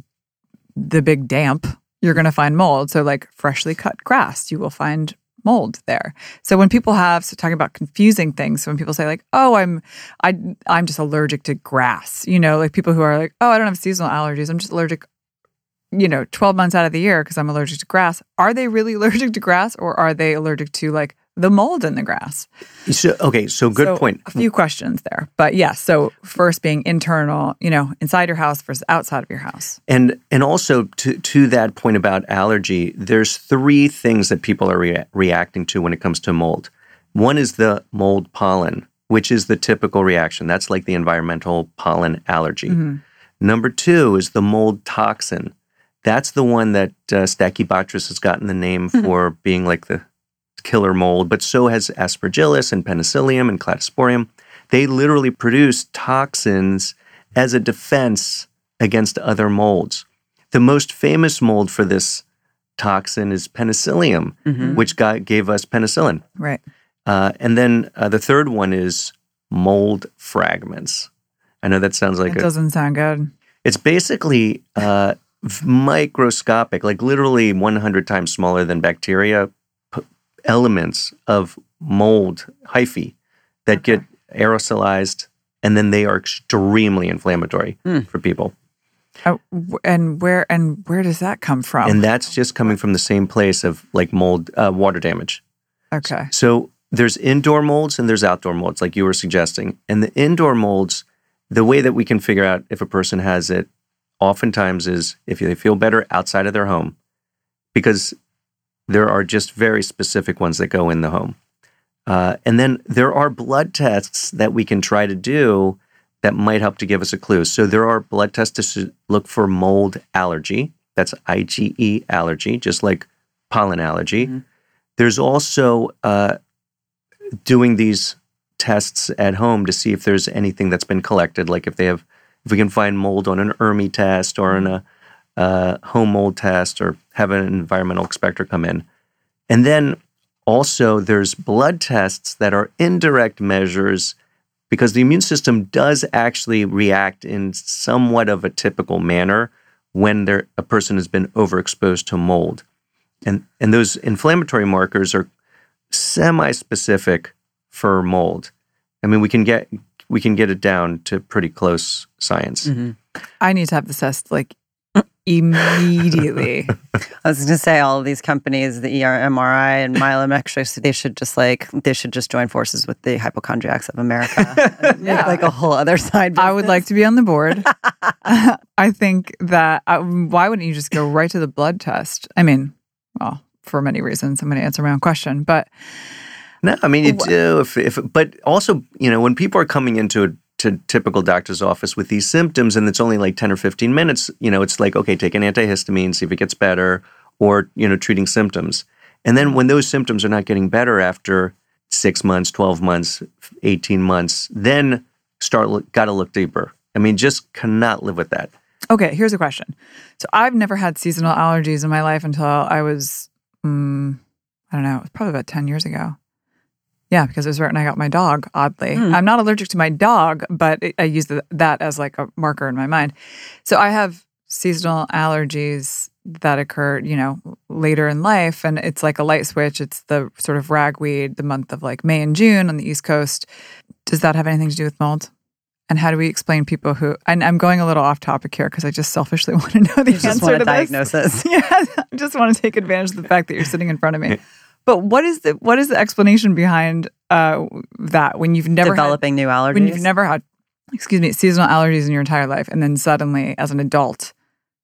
Speaker 4: the big damp you're going to find mold so like freshly cut grass you will find mold there so when people have so talking about confusing things so when people say like oh i'm i i'm just allergic to grass you know like people who are like oh i don't have seasonal allergies i'm just allergic you know, 12 months out of the year because I'm allergic to grass. Are they really allergic to grass or are they allergic to like the mold in the grass?
Speaker 1: So, okay, so good
Speaker 4: So,
Speaker 1: point.
Speaker 4: A few questions there. But yeah, so first being internal, you know, inside your house versus outside of your house.
Speaker 1: And and also to to that point about allergy, there's three things that people are rea- reacting to when it comes to mold. One is the mold pollen, which is the typical reaction. That's like the environmental pollen allergy. Number two is the mold toxin. That's the one that uh, Stachybotrys has gotten the name for being like the killer mold, but so has Aspergillus and Penicillium and Cladosporium. They literally produce toxins as a defense against other molds. The most famous mold for this toxin is Penicillium, which got, gave us penicillin.
Speaker 4: Right.
Speaker 1: Uh, and then uh, the third one is mold fragments. I know that sounds like
Speaker 4: it
Speaker 1: a
Speaker 4: doesn't sound good.
Speaker 1: it's basically uh, v- microscopic, like literally 100 times smaller than bacteria, p- elements of mold hyphae that get aerosolized, and then they are extremely inflammatory for people.
Speaker 4: Oh, w- and where and where does that come from?
Speaker 1: And that's just coming from the same place of like mold, uh, water damage.
Speaker 4: okay.
Speaker 1: So there's indoor molds and there's outdoor molds, like you were suggesting. And the indoor molds, the way that we can figure out if a person has it oftentimes is if they feel better outside of their home, because there are just very specific ones that go in the home. Uh, and then there are blood tests that we can try to do that might help to give us a clue. So there are blood tests to s- look for mold allergy. That's IgE allergy, just like pollen allergy. There's also uh, doing these tests at home to see if there's anything that's been collected, like if they have, if we can find mold on an ERMI test or on a uh, home mold test or have an environmental inspector come in. And then also there's blood tests that are indirect measures because the immune system does actually react in somewhat of a typical manner when there, a person has been overexposed to mold and and those inflammatory markers are semi-specific for mold. I mean, we can get we can get it down to pretty close science.
Speaker 4: I need to have the test like immediately.
Speaker 5: I was going to say all of these companies, the ER, MRI, and Milam X-ray, so they should just like they should just join forces with the hypochondriacs of America, and make like a whole other side.
Speaker 4: I would like to be on the board. I think that I, why wouldn't you just go right to the blood test? I mean, well, for many reasons, I'm going to answer my own question, but
Speaker 1: No, I mean you do. If, if but also you know when people are coming into a to typical doctor's office with these symptoms and it's only like 10 or 15 minutes you know it's like okay take an antihistamine see if it gets better or you know treating symptoms and then when those symptoms are not getting better after 6 months 12 months 18 months then start look, got to look deeper i mean just cannot live with that
Speaker 4: okay, here's a question. So I've never had seasonal allergies in my life until I was, mm, I don't know, it was probably about 10 years ago. Yeah, because it was right when I got my dog, oddly.
Speaker 5: Hmm.
Speaker 4: I'm not allergic to my dog, but it, I use the, that as like a marker in my mind. So I have seasonal allergies that occur, you know, later in life. And it's like a light switch. It's the sort of ragweed, the month of like May and June on the East Coast. Does that have anything to do with mold? And how do we explain people who, and I'm going a little off topic here because I just selfishly want to know the
Speaker 5: You just
Speaker 4: answer
Speaker 5: want
Speaker 4: to
Speaker 5: to
Speaker 4: this
Speaker 5: diagnose this.
Speaker 4: yeah, I just want to take advantage of the fact that you're sitting in front of me. But what is the what is the explanation behind uh, that when you've never had,
Speaker 5: developing new allergies.
Speaker 4: when you've never had excuse me seasonal allergies in your entire life and then suddenly as an adult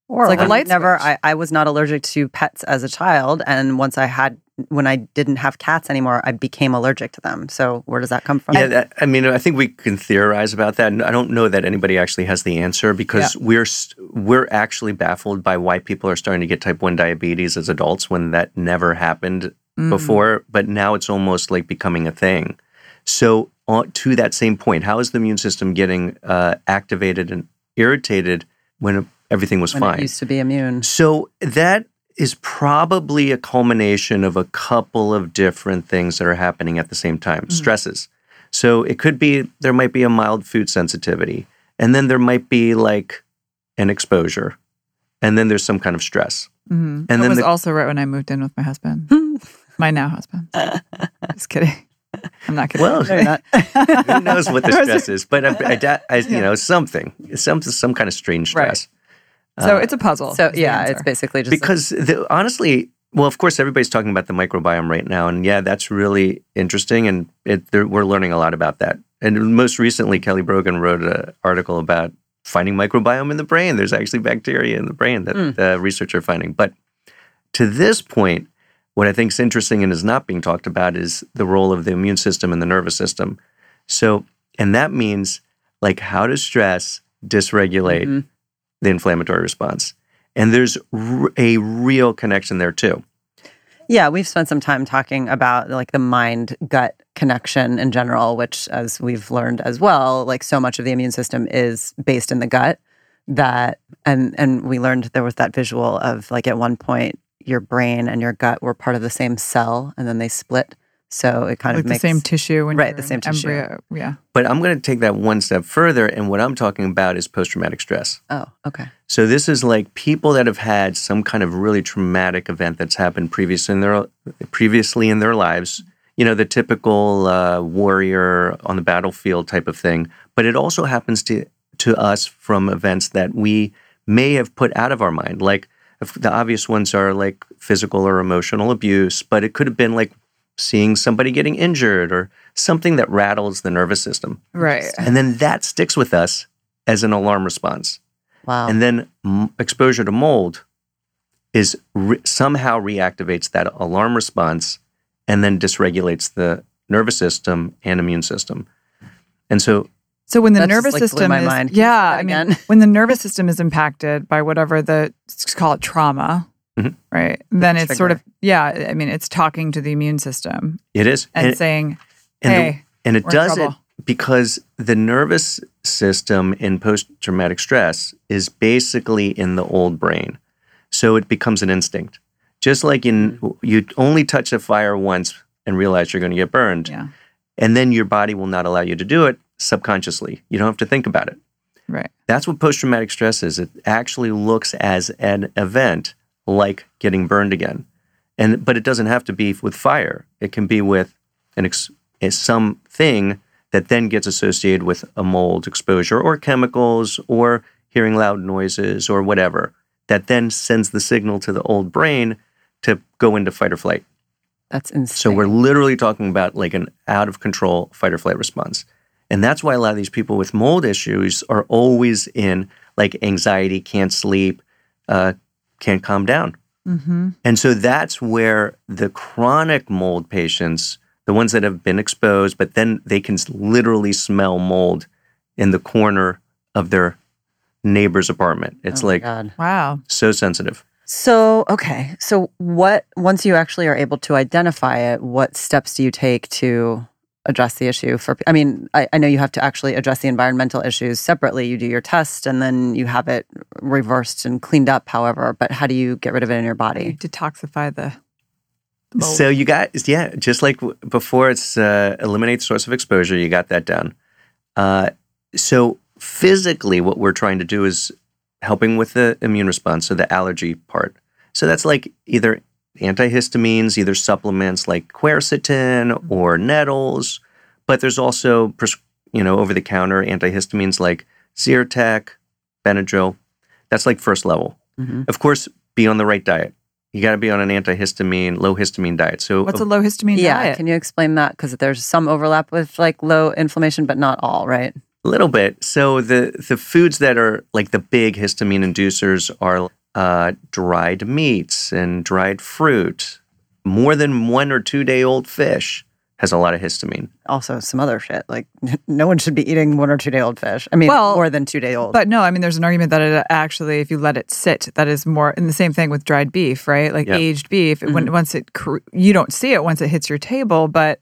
Speaker 5: or
Speaker 4: like a
Speaker 5: I've
Speaker 4: light
Speaker 5: never,
Speaker 4: switch.
Speaker 5: I, I was not allergic to pets as a child, and once I had, when I didn't have cats anymore, I became allergic to them. So where does that come from?
Speaker 1: Yeah, that, I mean, I think we can theorize about that, and I don't know that anybody actually has the answer because we're s- we're actually baffled by why people are starting to get type one diabetes as adults when that never happened
Speaker 5: Mm.
Speaker 1: before, but now it's almost like becoming a thing. So, on, to that same point, how is the immune system getting uh, activated and irritated when everything was
Speaker 5: when
Speaker 1: fine.
Speaker 5: it used to be immune.
Speaker 1: So that is probably a culmination of a couple of different things that are happening at the same time stresses. So it could be there might be a mild food sensitivity, and then there might be like an exposure, and then there's some kind of stress.
Speaker 4: Mm-hmm.
Speaker 1: then
Speaker 4: that was
Speaker 1: the-
Speaker 4: also right when I moved in with my husband, my now husband. Just kidding. I'm not kidding.
Speaker 1: Well,
Speaker 5: They're not-
Speaker 1: Who knows what the
Speaker 4: Those are-
Speaker 1: stress is? But I, I, da- I, you know something, some some kind of strange
Speaker 4: Right.
Speaker 1: stress.
Speaker 4: so
Speaker 1: Uh,
Speaker 4: it's a puzzle.
Speaker 5: so
Speaker 4: is the
Speaker 5: yeah, it's
Speaker 4: answer.
Speaker 5: basically just like-
Speaker 1: because the, honestly, well, of course, everybody's talking about the microbiome right now, and yeah, that's really interesting, and it, there, we're learning a lot about that. And most recently, Kelly Brogan wrote an article about finding microbiome in the brain. There's actually bacteria in the brain that
Speaker 5: Mm.
Speaker 1: the researchers are finding. But to this point, what I think is interesting and is not being talked about is the role of the immune system and the nervous system. So, and that means like how does stress dysregulate
Speaker 5: Mhm.
Speaker 1: the inflammatory response? And there's r- a real connection there too.
Speaker 5: Yeah, we've spent some time talking about like the mind gut connection in general, which, as we've learned as well, like so much of the immune system is based in the gut. That and and we learned there was that visual of like at one point your brain and your gut were part of the same cell, and then they split. So it kind
Speaker 4: like
Speaker 5: of makes
Speaker 4: the same tissue. When
Speaker 5: Right,
Speaker 4: you're
Speaker 5: the same
Speaker 4: an
Speaker 5: tissue.
Speaker 4: embryo. Yeah.
Speaker 1: But I'm going to take that one step further. And what I'm talking about is post traumatic stress.
Speaker 5: Oh, okay.
Speaker 1: So, this is like people that have had some kind of really traumatic event that's happened previously in their, previously in their lives. You know, the typical uh, warrior on the battlefield type of thing. But it also happens to, to us from events that we may have put out of our mind. Like if the obvious ones are like physical or emotional abuse, but it could have been like seeing somebody getting injured or something that rattles the nervous system.
Speaker 4: Right.
Speaker 1: And then that sticks with us as an alarm response
Speaker 5: Wow.
Speaker 1: and then m- exposure to mold is re- somehow reactivates that alarm response and then dysregulates the nervous system and immune system and so
Speaker 4: So when the
Speaker 5: That just,
Speaker 4: nervous
Speaker 5: like, blew
Speaker 4: system
Speaker 5: my
Speaker 4: is
Speaker 5: mind. Can you say
Speaker 4: yeah,
Speaker 5: that
Speaker 4: I mean
Speaker 5: again?
Speaker 4: when the nervous system is impacted by whatever the let's call it trauma,
Speaker 1: Mhm.
Speaker 4: right? Then it's sort
Speaker 5: Trigger.
Speaker 4: of yeah. I mean it's talking to the immune system
Speaker 1: it is
Speaker 4: and,
Speaker 1: and,
Speaker 4: saying,
Speaker 1: and, the-
Speaker 4: "Hey,
Speaker 1: and it
Speaker 4: we're in
Speaker 1: does it
Speaker 4: trouble."
Speaker 1: because the nervous system in post-traumatic stress is basically in the old brain so it becomes an instinct just like in
Speaker 4: Mm-hmm.
Speaker 1: you only touch a fire once and realize you're going to get burned
Speaker 4: yeah,
Speaker 1: and then your body will not allow you to do it subconsciously you don't have to think about it
Speaker 4: right,
Speaker 1: That's what post traumatic stress is. It actually looks as an event like getting burned again. And but it doesn't have to be with fire. It can be with an ex- something that then gets associated with a mold exposure or chemicals or hearing loud noises or whatever that then sends the signal to the old brain to go into fight or flight.
Speaker 5: That's insane.
Speaker 1: So we're literally talking about like an out of control fight or flight response. And that's why a lot of these people with mold issues are always in like anxiety, can't sleep, uh, can't calm down.
Speaker 4: mm-hmm.
Speaker 1: And so that's where the chronic mold patients, the ones that have been exposed, but then they can literally smell mold in the corner of their neighbor's apartment. It's
Speaker 5: Oh my
Speaker 1: like
Speaker 5: God.
Speaker 4: wow,
Speaker 1: so sensitive.
Speaker 5: So, okay. So, what, once you actually are able to identify it, what steps do you take to address the issue? For, I mean, I, I know you have to actually address the environmental issues separately. You do your test and then you have it reversed and cleaned up, however, but how do you get rid of it in your
Speaker 4: you
Speaker 5: body?
Speaker 4: detoxify the mold.
Speaker 1: So you got yeah, just like w- before, it's uh, eliminate source of exposure. You got that down. Uh, so physically, what we're trying to do is helping with the immune response, so the allergy part. So that's like either antihistamines, either supplements like quercetin or nettles, but there's also pres- you know over the counter antihistamines like Zyrtec, Benadryl. That's like first level.
Speaker 5: Mhm.
Speaker 1: Of course, be on the right diet. You got to be on an antihistamine, low histamine diet. So
Speaker 4: what's a low histamine
Speaker 5: Yeah.
Speaker 4: diet?
Speaker 5: Can you explain that? Because there's some overlap with like low inflammation, but not all, right?
Speaker 1: little bit. So the the foods that are like the big histamine inducers are uh, dried meats and dried fruit, more than one or two day old fish, has a lot of histamine.
Speaker 5: Also, some other shit. Like, no one should be eating one or two day old fish. I mean,
Speaker 4: Well,
Speaker 5: more than two day old.
Speaker 4: But no, I mean, there's an argument that it uh, actually, if you let it sit, that is more. And the same thing with dried beef, right? Like
Speaker 1: Yeah. Mm-hmm.
Speaker 4: aged beef, it when once it cr- you don't see it once it hits your table, but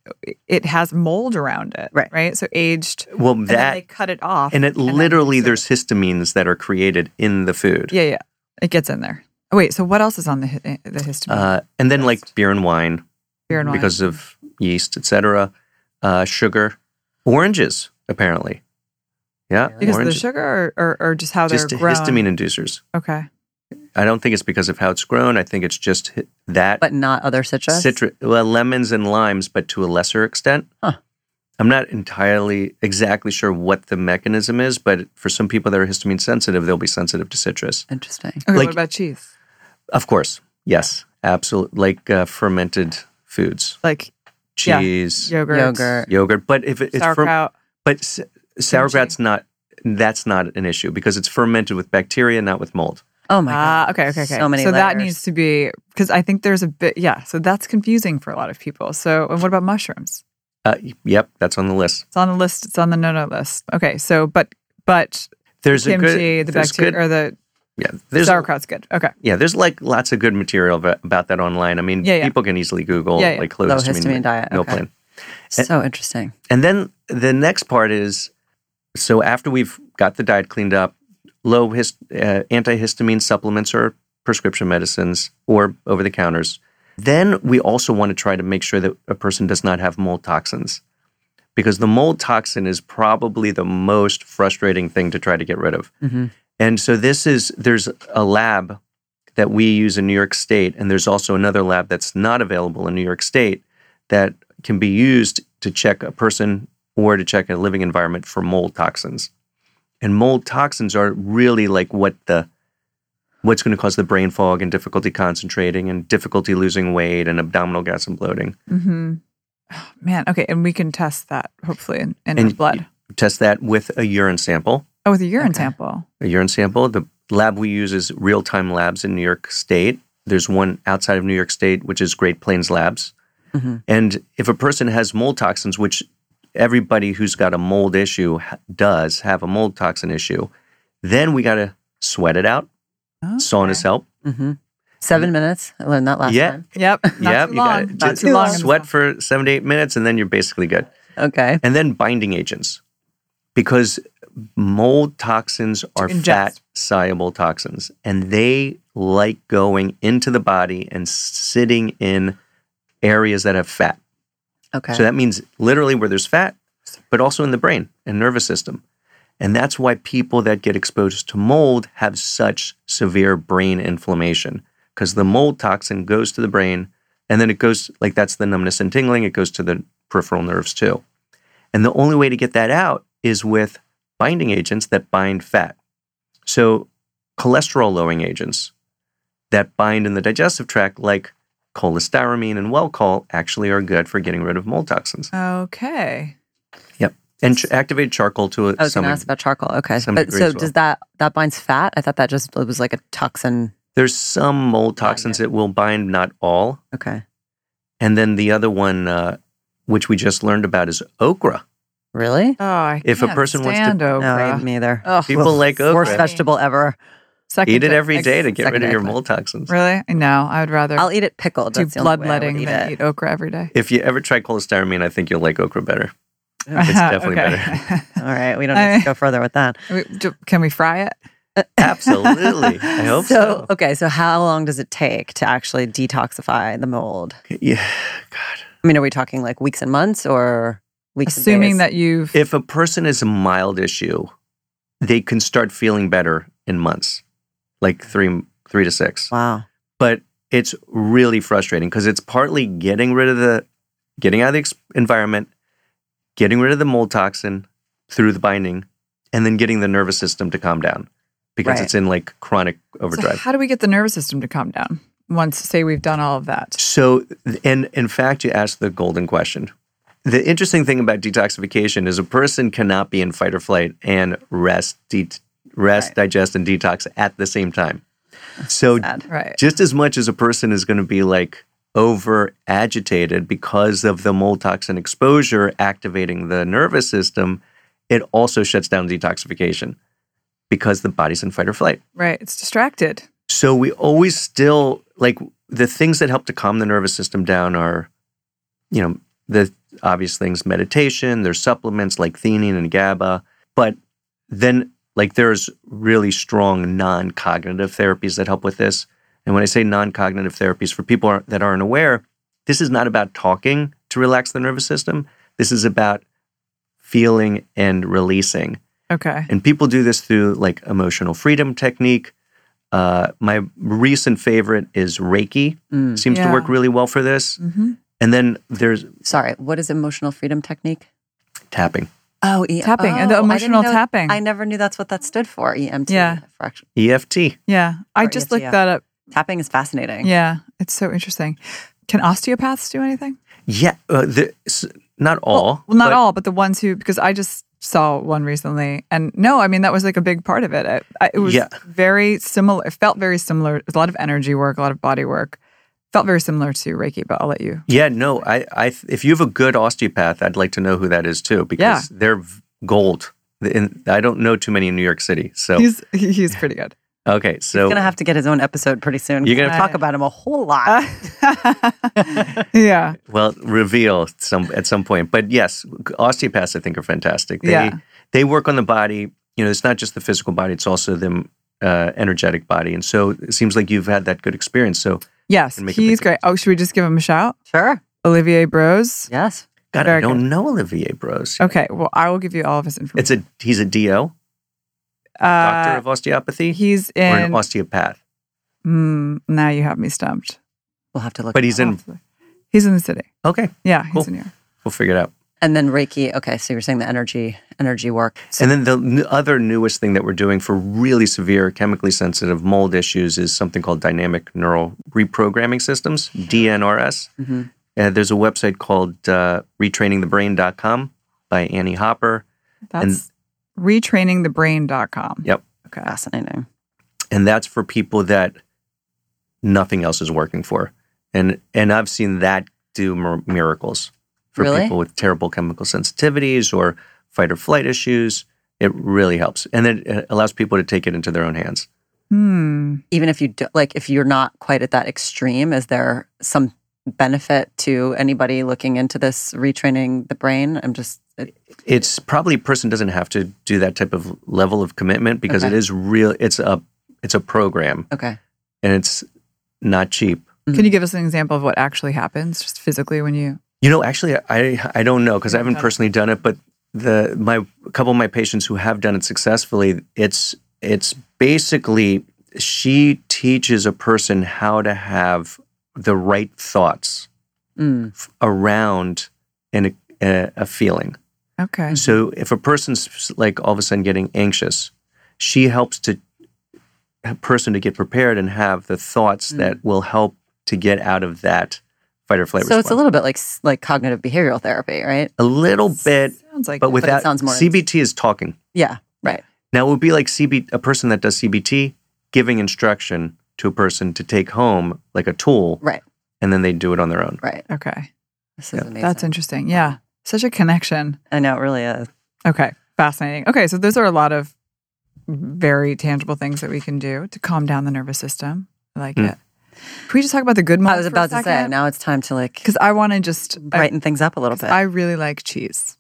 Speaker 4: it has mold around it,
Speaker 5: Right.
Speaker 4: Right. So aged,
Speaker 1: Well,
Speaker 4: and then they
Speaker 1: that
Speaker 4: cut it off,
Speaker 1: and it
Speaker 4: then you
Speaker 1: literally
Speaker 4: serve
Speaker 1: there's histamines that are created in the food.
Speaker 4: it. yeah, yeah, it gets in there. Oh, wait, so what else is on the hi- the histamine?
Speaker 1: Uh, and then like
Speaker 4: Yes.
Speaker 1: beer and wine,
Speaker 4: Beer and wine.
Speaker 1: because of yeast, etc. Uh, sugar, oranges apparently. Yeah,
Speaker 5: Really?
Speaker 4: because of the
Speaker 1: oranges.
Speaker 4: sugar, or, or, or just how
Speaker 1: just
Speaker 4: they're grown.
Speaker 1: histamine inducers.
Speaker 4: Okay.
Speaker 1: I don't think it's because of how it's grown. I think it's just hi- that
Speaker 5: but not other citrus.
Speaker 1: citrus, well, lemons and limes, but to a lesser extent.
Speaker 5: Huh.
Speaker 1: I'm not entirely exactly sure what the mechanism is, but for some people that are histamine sensitive, they'll be sensitive to citrus.
Speaker 5: Interesting.
Speaker 4: Okay.
Speaker 1: Like-
Speaker 4: what about cheese?
Speaker 1: Of course, yes, absolutely. Like uh, fermented foods,
Speaker 4: Like Yeah.
Speaker 1: cheese,
Speaker 4: yogurt,
Speaker 5: Yogurt.
Speaker 1: yogurt. But if it, it's fer-
Speaker 4: sauerkraut.
Speaker 1: But s- sauerkraut's not that's not an issue because it's fermented with bacteria, not with mold.
Speaker 5: Oh my
Speaker 4: Ah,
Speaker 5: god.
Speaker 4: okay, okay, okay.
Speaker 5: So many.
Speaker 4: So that
Speaker 5: layers.
Speaker 4: needs to be because I think there's a bit. Yeah. So that's confusing for a lot of people. So and what about mushrooms?
Speaker 1: Uh, y- yep, that's on the list.
Speaker 4: It's on the list. It's on the no no list. Okay. So but but
Speaker 1: There's a good,
Speaker 4: kimchi, the
Speaker 1: there's
Speaker 4: bacteria
Speaker 1: good-
Speaker 4: or the
Speaker 1: yeah, there's
Speaker 4: sauerkraut's good. Okay.
Speaker 1: yeah, there's like lots of good material about, about that online. I mean,
Speaker 4: Yeah, yeah.
Speaker 1: people can easily Google
Speaker 4: Yeah, yeah.
Speaker 1: like low,
Speaker 5: Low
Speaker 1: histamine,
Speaker 5: histamine diet,
Speaker 1: meal
Speaker 5: okay.
Speaker 1: plan.
Speaker 5: so interesting.
Speaker 1: And then the next part is so after we've got the diet cleaned up, low hist- uh, antihistamine supplements or prescription medicines or over the counters. Then we also want to try to make sure that a person does not have mold toxins because the mold toxin is probably the most frustrating thing to try to get rid of.
Speaker 5: Mhm.
Speaker 1: And so this is there's a lab that we use in New York State, and there's also another lab that's not available in New York State that can be used to check a person or to check a living environment for mold toxins. And mold toxins are really like what the what's going to cause the brain fog and difficulty concentrating and difficulty losing weight and abdominal gas and bloating.
Speaker 4: Mm-hmm. Oh, man. Okay. And we can test that hopefully in,
Speaker 1: And
Speaker 4: in our blood.
Speaker 1: Test that with a urine sample.
Speaker 4: Oh, with a urine
Speaker 5: Okay.
Speaker 4: sample.
Speaker 1: a urine sample. The lab we use is Real Time Labs in New York State. There's one outside of New York State, which is Great Plains Labs.
Speaker 4: Mm-hmm.
Speaker 5: Mhm.
Speaker 1: And if a person has mold toxins, which everybody who's got a mold issue ha- does have a mold toxin issue, then we got to sweat it out. Saunas help.
Speaker 5: hmm Seven minutes. I learned that last
Speaker 1: Yeah.
Speaker 5: time.
Speaker 4: Yep. Not
Speaker 1: Yep,
Speaker 4: too
Speaker 1: you got
Speaker 4: long.
Speaker 1: it.
Speaker 4: Not
Speaker 1: Just
Speaker 4: too long.
Speaker 1: Sweat for seven to eight minutes, and then you're basically good.
Speaker 5: Okay.
Speaker 1: And then binding agents, because mold toxins are
Speaker 4: ingest.
Speaker 1: fat soluble toxins and they like going into the body and sitting in areas that have fat.
Speaker 5: Okay.
Speaker 1: So that means literally where there's fat, but also in the brain and nervous system. And that's why people that get exposed to mold have such severe brain inflammation because the mold toxin goes to the brain and then it goes like that's the numbness and tingling, it goes to the peripheral nerves too. And the only way to get that out is with binding agents that bind fat. So cholesterol lowering agents that bind in the digestive tract, like cholestyramine and Welcol, actually are good for getting rid of mold toxins.
Speaker 4: Okay.
Speaker 1: And ch- activated charcoal to a,
Speaker 5: I was going
Speaker 1: some
Speaker 5: to ask about charcoal. Okay.
Speaker 1: some
Speaker 5: But
Speaker 1: degree
Speaker 5: so
Speaker 1: as well.
Speaker 5: does that that binds fat? I thought that just it was like a toxin.
Speaker 1: there's some mold toxins that will bind, not all.
Speaker 5: Okay.
Speaker 1: And then the other one, uh, which we just learned about, is okra.
Speaker 5: Really?
Speaker 4: Oh, I
Speaker 1: If a
Speaker 4: can't
Speaker 1: person wants to-
Speaker 4: stand okra.
Speaker 5: No, I- me either.
Speaker 4: Ugh.
Speaker 1: People like
Speaker 5: Worst
Speaker 1: okra.
Speaker 5: vegetable ever.
Speaker 4: Second
Speaker 1: Eat it
Speaker 4: to-
Speaker 1: every
Speaker 4: ex-
Speaker 1: day to get rid of
Speaker 5: second
Speaker 1: your
Speaker 5: eggplant.
Speaker 1: mold toxins.
Speaker 4: Really? No, I would rather
Speaker 5: I'll eat it pickled.
Speaker 4: do
Speaker 5: That's the only way I would
Speaker 4: bloodletting
Speaker 5: eat
Speaker 4: than
Speaker 5: it.
Speaker 4: eat okra every day.
Speaker 1: If you ever try cholestyramine, I think you'll like okra better. It's
Speaker 4: Uh-huh,
Speaker 1: definitely
Speaker 5: All right. We don't
Speaker 4: I-
Speaker 5: need to go further with that.
Speaker 4: better. Can we fry it?
Speaker 1: Absolutely. I hope
Speaker 5: so,
Speaker 1: so.
Speaker 5: okay, so how long does it take to actually detoxify the mold?
Speaker 1: Yeah.
Speaker 5: I mean, are we talking like weeks and months or weeks
Speaker 4: Assuming
Speaker 5: and days?
Speaker 4: that you've
Speaker 1: If a person is a mild issue, they can start feeling better in months, like three three to six.
Speaker 5: Wow.
Speaker 1: But it's really frustrating because it's partly getting rid of the getting out of the ex- environment, getting rid of the mold toxin through the binding, and then getting the nervous system to calm down because
Speaker 5: Right.
Speaker 1: it's in like chronic
Speaker 4: So
Speaker 1: overdrive.
Speaker 4: how do we get the nervous system to calm down once, say, we've done all of that?
Speaker 1: So, and in fact, you asked the golden question. The interesting thing about detoxification is a person cannot be in fight or flight and rest, de- rest, digest, and detox at the same time. So,
Speaker 5: Sad.
Speaker 4: Right.
Speaker 1: just as much as a person is going to be like over agitated because of the mold toxin exposure activating the nervous system, it also shuts down detoxification because the body's in fight or flight.
Speaker 4: Right. It's distracted.
Speaker 1: So we always still like the things that help to calm the nervous system down are, you know, the obvious things meditation, there's supplements like theanine and GABA, but then like there's really strong non-cognitive therapies that help with this. And when I say non-cognitive therapies for people aren't- that aren't aware, this is not about talking to relax the nervous system. This is about feeling and releasing.
Speaker 4: Okay.
Speaker 1: And people do this through like emotional freedom technique. Uh, my recent favorite is Reiki.
Speaker 5: Mm.
Speaker 1: Seems
Speaker 4: Yeah.
Speaker 1: to work really well for this.
Speaker 4: Mm-hmm.
Speaker 1: And then there's
Speaker 5: Sorry, what is emotional freedom technique?
Speaker 1: tapping.
Speaker 5: Oh, e-
Speaker 4: Tapping and the
Speaker 5: oh, I didn't
Speaker 4: emotional
Speaker 5: know-
Speaker 4: tapping.
Speaker 5: I never knew that's what that stood for. E EMT.
Speaker 4: Yeah.
Speaker 5: for act-
Speaker 1: E EFT.
Speaker 4: yeah. I
Speaker 5: Or
Speaker 4: just
Speaker 5: EFT,
Speaker 4: looked
Speaker 5: yeah.
Speaker 4: that up.
Speaker 5: tapping is fascinating.
Speaker 4: Yeah. It's so interesting. Can osteopaths do anything?
Speaker 1: Yeah, uh, the, s- not all.
Speaker 4: Well, not
Speaker 1: but-
Speaker 4: all, but the ones who, because I just saw one recently. And no, I mean, that was like a big part of it. I, I, it was
Speaker 1: Yeah.
Speaker 4: very similar. It felt very similar. It's a lot of energy work, a lot of body work. Felt very similar to Reiki, but I'll let you.
Speaker 1: Yeah, no. I, I, if you have a good osteopath, I'd like to know who that is too, because they're v- gold. And I don't know too many in New York City. So
Speaker 4: He's he's pretty good.
Speaker 1: okay, so
Speaker 5: He's gonna have to get his own episode pretty soon.
Speaker 1: You're
Speaker 5: We'll
Speaker 1: gonna-
Speaker 5: talk about him a whole lot.
Speaker 4: Uh. yeah.
Speaker 1: well reveal some at some point but yes osteopaths i think are fantastic they
Speaker 4: Yeah.
Speaker 1: they work on the body you know it's not just the physical body it's also the uh, energetic body and so it seems like you've had that good experience so
Speaker 4: Yes.
Speaker 1: Can make a big
Speaker 4: He's great. Oh, should we just give him a shout?
Speaker 5: Sure.
Speaker 4: Olivier Bros.
Speaker 5: Yes.
Speaker 1: god i
Speaker 4: Very
Speaker 1: don't know olivier bros
Speaker 4: Okay. Well, I will give you all of his
Speaker 1: it's
Speaker 4: information.
Speaker 1: a he's a do
Speaker 4: a uh,
Speaker 1: doctor of osteopathy
Speaker 4: He's
Speaker 1: or an
Speaker 4: in.
Speaker 1: osteopath
Speaker 4: Mm, now you have me stumped.
Speaker 5: We'll have to look.
Speaker 1: but he's in
Speaker 4: He's in the city.
Speaker 1: okay
Speaker 4: Yeah, he's
Speaker 1: Cool.
Speaker 4: in New York.
Speaker 1: we'll figure it out
Speaker 5: and then Reiki. Okay, so you're saying the energy energy work. So
Speaker 1: and then the n- other newest thing that we're doing for really severe chemically sensitive mold issues is something called dynamic neural reprogramming systems
Speaker 4: Hmm.
Speaker 1: dnrs
Speaker 5: Mhm.
Speaker 1: Uh, there's a website called uh, retrainingthebrain.com by Annie Hopper.
Speaker 4: That's retrainingthebrain.com.
Speaker 1: Yep.
Speaker 4: Okay.
Speaker 5: fascinating.
Speaker 1: And that's for people that nothing else is working for. And and I've seen that do mir- miracles for
Speaker 5: Really?
Speaker 1: people with terrible chemical sensitivities or fight or flight issues. It really helps. And it uh, allows people to take it into their own hands.
Speaker 4: Hmm.
Speaker 5: Even if you do, like, if you're not quite at that extreme, is there some benefit to anybody looking into this retraining the brain? I'm just. It,
Speaker 1: It's probably a person doesn't have to do that type of level of commitment because
Speaker 5: Okay.
Speaker 1: it is real it's a it's a program
Speaker 5: okay.
Speaker 1: and it's not cheap.
Speaker 4: Can you give us an example of what actually happens just physically when you?
Speaker 1: You know, actually, I I don't know because I haven't personally done it, but the my a couple of my patients who have done it successfully, it's it's basically she teaches a person how to have the right thoughts
Speaker 5: Mm.
Speaker 1: f- around an, a, a feeling.
Speaker 5: Mm-hmm.
Speaker 4: Okay.
Speaker 1: So if a person's like all of a sudden getting anxious, she helps to a person to get prepared and have the thoughts that will help to get out of that fight or
Speaker 5: Mm. So
Speaker 1: flight response.
Speaker 5: it's a little bit like s- like cognitive behavioral therapy, right?
Speaker 1: a little bit
Speaker 4: Sounds like
Speaker 1: but
Speaker 4: it.
Speaker 1: without
Speaker 5: sounds more-
Speaker 1: CBT is talking.
Speaker 5: Yeah. Right.
Speaker 1: Now it would be like CB a person that does CBT giving instruction to a person to take home like a tool,
Speaker 5: Right.
Speaker 1: and then they do it on their own.
Speaker 5: Right.
Speaker 4: Okay.
Speaker 5: This is amazing.
Speaker 4: That's interesting. Yeah. Such a connection.
Speaker 5: I know it really is.
Speaker 4: Okay. Fascinating. Okay. So those are a lot of very tangible things that we can do to calm down the nervous system. I like
Speaker 1: Mm.
Speaker 4: it. Can we just talk about the good?
Speaker 5: I was about to say. Now it's time to like
Speaker 4: because I want to just I-
Speaker 5: brighten things up a little
Speaker 4: 'cause
Speaker 5: bit.
Speaker 4: I really like cheese.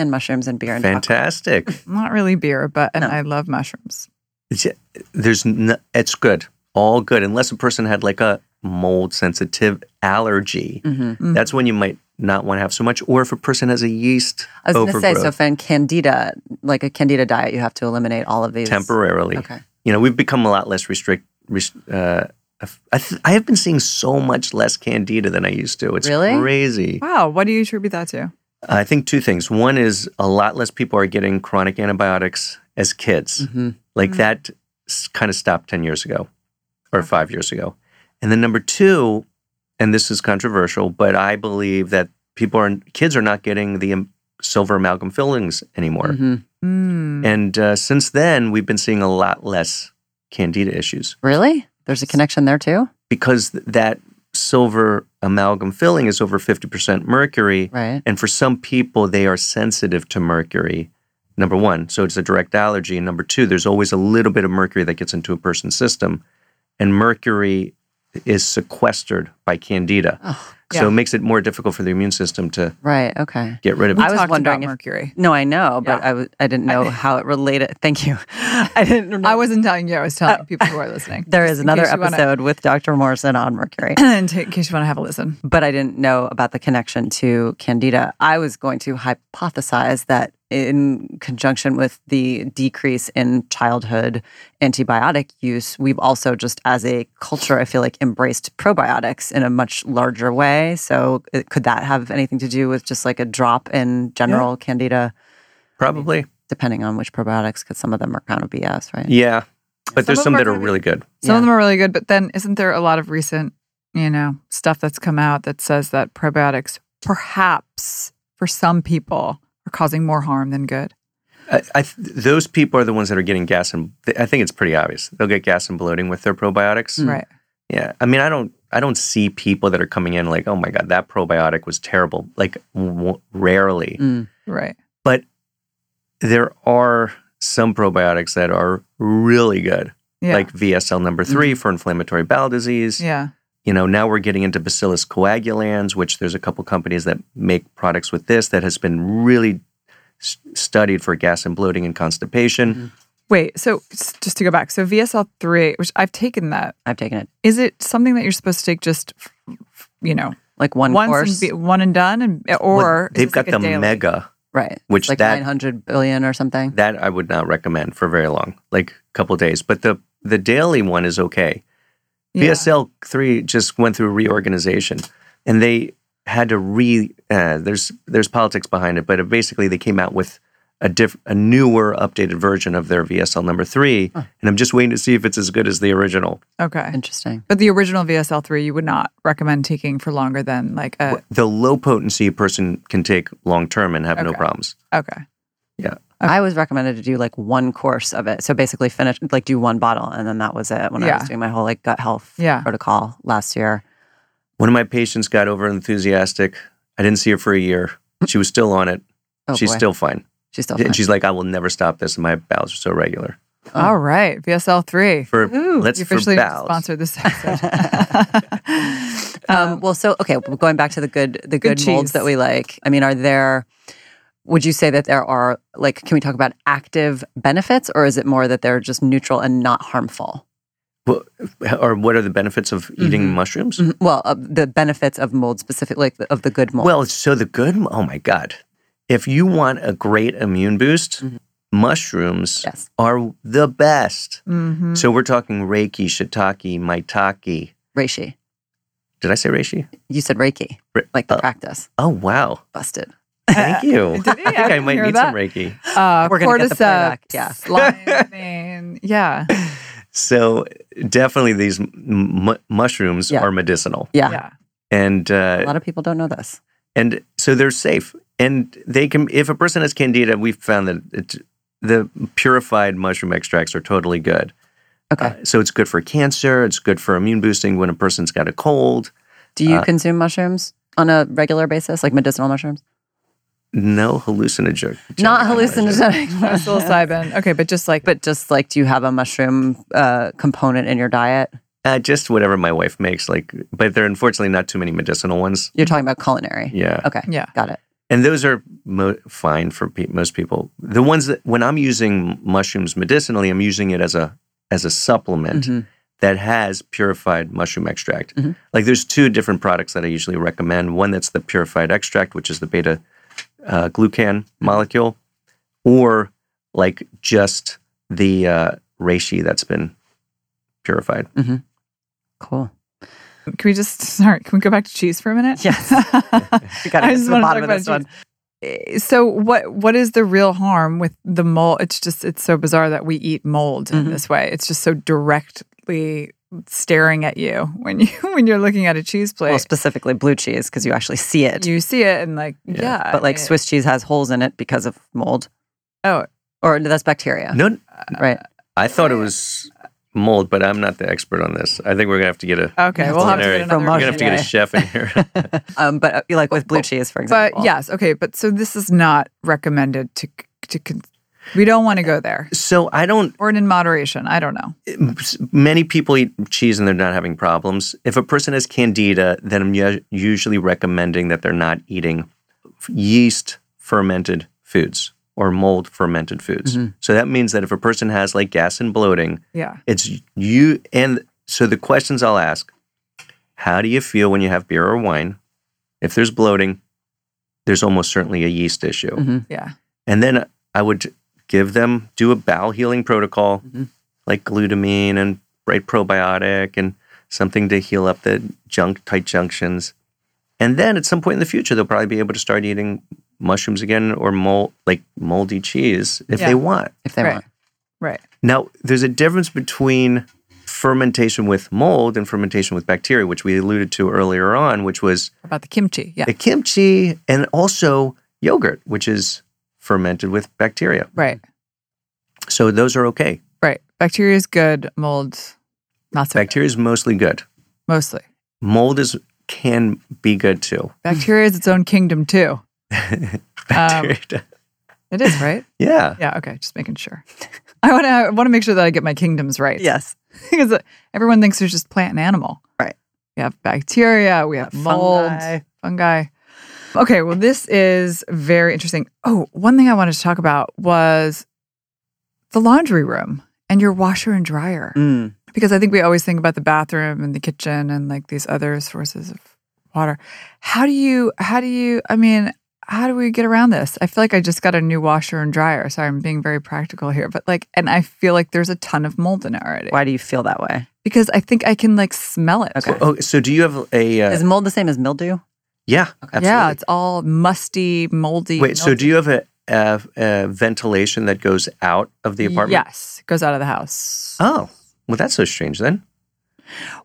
Speaker 5: and mushrooms and beer and chocolate.
Speaker 1: Fantastic.
Speaker 4: Not really beer, but and
Speaker 5: No.
Speaker 4: I love mushrooms.
Speaker 1: It's- There's n- it's good, all good, unless a person had like a mold sensitive allergy.
Speaker 5: Mhm.
Speaker 4: Mhm.
Speaker 1: That's when you might not want to have so much, or if a person has a yeast
Speaker 5: I was going to say, so
Speaker 1: overgrowth
Speaker 5: if in candida, like a candida diet, you have to eliminate all of these.
Speaker 1: temporarily.
Speaker 5: Okay.
Speaker 1: you know, we've become a lot less restrict. rest- Uh, I, th- I have been seeing so much less candida than I used to. It's
Speaker 5: Really?
Speaker 1: crazy.
Speaker 4: Wow. What do you attribute that to?
Speaker 1: I think two things. One is a lot less people are getting chronic antibiotics as kids.
Speaker 5: Mhm.
Speaker 1: Like that kind of stopped 10 years ago or five years ago. And then number two, and this is controversial, but I believe that people are, kids are not getting the um, silver amalgam fillings anymore.
Speaker 5: Mhm.
Speaker 4: Mm.
Speaker 1: And uh, since then, we've been seeing a lot less candida issues
Speaker 5: Really? There's a connection there too?
Speaker 1: because th- that silver amalgam filling is over 50% mercury.
Speaker 5: Right.
Speaker 1: And for some people, they are sensitive to mercury. Number one, so it's a direct allergy. And number two, there's always a little bit of mercury that gets into a person's system. And mercury is sequestered by candida.
Speaker 5: Oh,
Speaker 1: So
Speaker 4: yeah.
Speaker 1: it makes it more difficult for the immune system to
Speaker 5: Right. Okay.
Speaker 1: get rid of
Speaker 4: We
Speaker 1: it.
Speaker 5: I was
Speaker 4: talked
Speaker 5: wondering if-
Speaker 4: about mercury.
Speaker 5: No, I know, but I I, w- I didn't know how it related. Thank you. I didn't.
Speaker 4: I wasn't telling you. I was telling people who are listening.
Speaker 5: Oh. There is
Speaker 4: Just in
Speaker 5: another
Speaker 4: case you wanna-
Speaker 5: episode with Dr. Morrison on Mercury,
Speaker 4: in ta- in case you want to have a listen.
Speaker 5: but I didn't know about the connection to Candida. I was going to hypothesize that in conjunction with the decrease in childhood antibiotic use, we've also just as a culture, I feel like embraced probiotics in a much larger way. So it, could that have anything to do with just like a drop in general Candida,
Speaker 1: Probably.
Speaker 5: depending on which probiotics? Because some of them are kind of BS, right?
Speaker 1: Yeah. But
Speaker 4: Some
Speaker 1: there's
Speaker 4: of
Speaker 1: some
Speaker 4: them
Speaker 1: that
Speaker 4: are
Speaker 1: are
Speaker 4: really-
Speaker 1: really good.
Speaker 4: Some
Speaker 5: Yeah.
Speaker 4: of them are really good, but then isn't there a lot of recent, you know, stuff that's come out that says that probiotics perhaps for some people are causing more harm than good?
Speaker 1: I, I th- those people are the ones that are getting gas and I think it's pretty obvious. They'll get gas and bloating with their probiotics.
Speaker 4: Right.
Speaker 1: Yeah. I mean, I don't I don't see people that are coming in like, "Oh my god, that probiotic was terrible." Like w- rarely.
Speaker 5: Mm.
Speaker 4: Right.
Speaker 1: There are some probiotics that are really good.
Speaker 4: Yeah. Mm-hmm.
Speaker 1: Like VSL number 3 for inflammatory bowel disease.
Speaker 4: yeah.
Speaker 1: You know, now we're getting into Bacillus coagulans, which there's a couple companies that make products with this that has been really s- studied for gas and bloating and constipation.
Speaker 4: Mm-hmm. Wait, so s- just to go back, so VSL3, which I've taken that,
Speaker 5: I've taken it
Speaker 4: is it something that you're supposed to take just, f- f- you know,
Speaker 5: like one
Speaker 4: once
Speaker 5: course.
Speaker 4: and be, one and done, and eh, or
Speaker 1: Well, they've
Speaker 4: is this
Speaker 1: got
Speaker 4: like a
Speaker 1: the
Speaker 4: daily-
Speaker 1: mega
Speaker 5: Right.
Speaker 1: Which
Speaker 5: it's like
Speaker 1: that-
Speaker 5: 900 billion or something.
Speaker 1: that I would not recommend for very long, like a couple days. But the the daily one is okay.
Speaker 4: Yeah.
Speaker 1: BSL three just went through reorganization, and they had to re. Uh, there's there's politics behind it, but it, basically they came out with a diff, a newer, updated version of their VSL number three, and I'm just waiting to see if it's as good as the original.
Speaker 4: Okay.
Speaker 5: Interesting.
Speaker 4: But the original VSL3 you would not recommend taking for longer than like a,
Speaker 1: The low potency person can take long term and have no
Speaker 4: Okay.
Speaker 1: problems.
Speaker 4: okay.
Speaker 5: I was recommended to do like one course of it. So basically finish like do one bottle and then that was it when I
Speaker 4: Yeah.
Speaker 5: was doing my whole like gut health
Speaker 4: Yeah.
Speaker 5: protocol last year.
Speaker 1: One of my patients got over enthusiastic. I didn't see her for a year. She was still on it.
Speaker 5: Oh,
Speaker 1: She's
Speaker 5: boy.
Speaker 1: still fine.
Speaker 5: she's still fine.
Speaker 1: And she's like, I will never stop this. And my bowels are so regular.
Speaker 5: Oh.
Speaker 4: All right, VSL3.
Speaker 1: For
Speaker 4: Ooh,
Speaker 1: let's
Speaker 4: you
Speaker 1: for
Speaker 4: officially
Speaker 1: bowels.
Speaker 4: sponsor this episode.
Speaker 5: um, well, so okay, going back to the good the good,
Speaker 4: Good
Speaker 5: molds
Speaker 4: cheese.
Speaker 5: that we like. I mean, are there? Would you say that there are like? Can we talk about active benefits, or is it more that they're just neutral and not harmful?
Speaker 1: Or what are the benefits of eating mushrooms?
Speaker 4: Mm-hmm.
Speaker 5: Mhm. Well, uh, the benefits of mold specifically, like of the good mold.
Speaker 1: Well, so the good, oh my God. If you want a great immune boost, mushrooms
Speaker 5: yes,
Speaker 1: are the best.
Speaker 4: Mhm.
Speaker 1: So we're talking Reiki, Shiitake, Maitake.
Speaker 5: reishi.
Speaker 1: Did I say Reishi?
Speaker 5: You said reiki,
Speaker 1: Re-
Speaker 5: like the
Speaker 1: uh,
Speaker 5: practice.
Speaker 1: Oh, wow.
Speaker 5: Busted.
Speaker 1: Thank you. I
Speaker 4: Did he?
Speaker 1: think
Speaker 4: I
Speaker 1: I,
Speaker 4: didn't
Speaker 1: might
Speaker 4: hear
Speaker 1: need
Speaker 4: that.
Speaker 1: some Reiki.
Speaker 4: Uh,
Speaker 5: We're gonna get the playback,
Speaker 4: cordyceps,
Speaker 5: yeah.
Speaker 4: limonene, yeah.
Speaker 1: So definitely these m- m- mushrooms
Speaker 5: Yeah.
Speaker 1: are medicinal.
Speaker 5: Yeah.
Speaker 4: yeah.
Speaker 1: And uh,
Speaker 5: A lot of people don't know this.
Speaker 1: and so they're safe and they can if a person has candida we've found that it, the purified mushroom extracts are totally good
Speaker 5: Okay.
Speaker 1: Uh, so it's good for cancer it's good for immune boosting when a person's got a cold
Speaker 5: Do you
Speaker 1: uh,
Speaker 5: consume mushrooms on a regular basis, like medicinal mushrooms?
Speaker 1: no hallucinogenic
Speaker 5: Not
Speaker 1: hallucinogenic.
Speaker 5: hallucinogenic.
Speaker 4: No psilocybin. Okay, but just like, but
Speaker 5: but just like, do you have a mushroom uh, component in your diet?
Speaker 1: uh, just whatever my wife makes like but there are unfortunately not too many medicinal ones
Speaker 5: You're talking about culinary.
Speaker 1: yeah
Speaker 5: Okay.
Speaker 4: Yeah.
Speaker 5: Got it.
Speaker 1: and those are mo- fine for pe- most people the ones that when i'm using mushrooms medicinally i'm using it as a as a supplement
Speaker 5: Mhm.
Speaker 1: that has purified mushroom extract.
Speaker 5: Mhm.
Speaker 1: Like there's two different products that I usually recommend. One that's the purified extract, which is the beta uh, glucan molecule, or like just the uh, reishi that's been purified.
Speaker 5: Cool.
Speaker 4: can we just sorry? Can we go back to cheese for a minute?
Speaker 5: Yes. We got
Speaker 4: I
Speaker 5: to get
Speaker 4: just
Speaker 5: to the
Speaker 4: wanna
Speaker 5: bottom
Speaker 4: talk
Speaker 5: of
Speaker 4: about
Speaker 5: this one.
Speaker 4: Eh, So what what is the real harm with the mold? It's just it's so bizarre that we eat mold in
Speaker 5: Mhm.
Speaker 4: this way. It's just so directly staring at you when you when you're looking at a cheese plate.
Speaker 5: Well, specifically blue cheese because you actually see it.
Speaker 4: you see it and like yeah,
Speaker 1: Yeah.
Speaker 5: but like
Speaker 4: it-
Speaker 5: Swiss cheese has holes in it because of mold.
Speaker 4: Oh.
Speaker 5: Or that's bacteria.
Speaker 1: No,
Speaker 5: Right.
Speaker 1: I thought it was mold, but I'm not the expert on this. I think we're gonna have to get a
Speaker 4: Okay, we'll have to get
Speaker 1: culinary-
Speaker 4: another
Speaker 1: we're gonna have to get a
Speaker 5: guy.
Speaker 1: chef in here.
Speaker 5: um, but uh, like with blue cheese, for
Speaker 4: But
Speaker 5: example.
Speaker 4: yes, okay, but so this is not recommended to to con- we don't want to go there.
Speaker 1: so I don't.
Speaker 4: Or in moderation, I don't know.
Speaker 1: Many people eat cheese and they're not having problems. If a person has candida, then I'm u- usually recommending that they're not eating yeast fermented foods or mold fermented foods. So that means that if a person has like gas and bloating,
Speaker 4: Yeah.
Speaker 1: It's you and so the questions I'll ask: How do you feel when you have beer or wine? If there's bloating, there's almost certainly a yeast issue.
Speaker 5: Mhm.
Speaker 4: Yeah.
Speaker 1: And then I would give them do a bowel healing protocol,
Speaker 4: Mm-hmm.
Speaker 5: Mhm.
Speaker 1: like glutamine and right probiotic and something to heal up the junk tight junctions. And then at some point in the future, they'll probably be able to start eating mushrooms again or mold like moldy cheese if
Speaker 4: Yeah.
Speaker 1: they want.
Speaker 5: if they
Speaker 4: Right.
Speaker 5: want.
Speaker 4: Right.
Speaker 1: Now, there's a difference between fermentation with mold and fermentation with bacteria, which we alluded to earlier on, which was
Speaker 4: About the kimchi. Yeah.
Speaker 1: the kimchi and also yogurt, which is fermented with bacteria.
Speaker 4: Right.
Speaker 1: So those are okay.
Speaker 4: Right. Bacteria is good, mold not so good,
Speaker 1: Bacteria is mostly good.
Speaker 4: mostly.
Speaker 1: Mold is can be good
Speaker 4: Um,
Speaker 1: too.
Speaker 4: Bacteria is its own kingdom too.
Speaker 1: Bacteria,
Speaker 4: It is, right?
Speaker 1: yeah.
Speaker 4: Yeah, okay, just making sure. I want to I want to make sure that I get my kingdoms right.
Speaker 6: Yes.
Speaker 4: because uh, everyone thinks there's just plant and animal.
Speaker 6: Right.
Speaker 4: We have bacteria, we have mold,
Speaker 6: Fungi.
Speaker 4: fungi. Okay, well, this is very interesting. Oh, one thing I wanted to talk about was the laundry room and your washer and dryer.
Speaker 5: Mm.
Speaker 4: Because I think we always think about the bathroom and the kitchen and like these other sources of water. How do you, how do you, I mean, how do we get around this? I feel like I just got a new washer and dryer. Sorry, I'm being very practical here, but like, and I feel like there's a ton of mold in it already
Speaker 5: Why do you feel that way?
Speaker 4: because I think I can like smell it.
Speaker 5: Okay.
Speaker 1: Oh, so do you have a uh,
Speaker 5: Is mold the same as mildew?
Speaker 1: yeah? Absolutely.
Speaker 4: Yeah, it's all musty, moldy.
Speaker 1: Wait. So do you have a, a, a ventilation that goes out of the apartment?
Speaker 4: Yes, it goes out of the house.
Speaker 1: Oh, well, that's so strange then.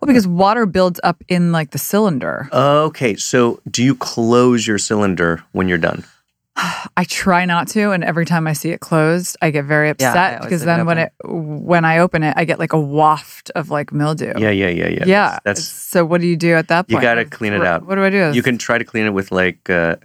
Speaker 4: Well, because water builds up in like the cylinder.
Speaker 1: Okay, so do you close your cylinder when you're done?
Speaker 4: I try not to, and every time I see it closed, I get very
Speaker 5: Yeah, I
Speaker 4: upset
Speaker 5: always
Speaker 4: because
Speaker 5: leave it
Speaker 4: then when it when I open it, I get like a waft of like mildew.
Speaker 1: Yeah, yeah, yeah, yeah.
Speaker 4: Yeah.
Speaker 1: that's,
Speaker 4: so what do you do at that
Speaker 1: You
Speaker 4: point?
Speaker 1: gotta clean it
Speaker 4: What-
Speaker 1: out.
Speaker 4: What do I do?
Speaker 1: that's you can try to clean it with like uh,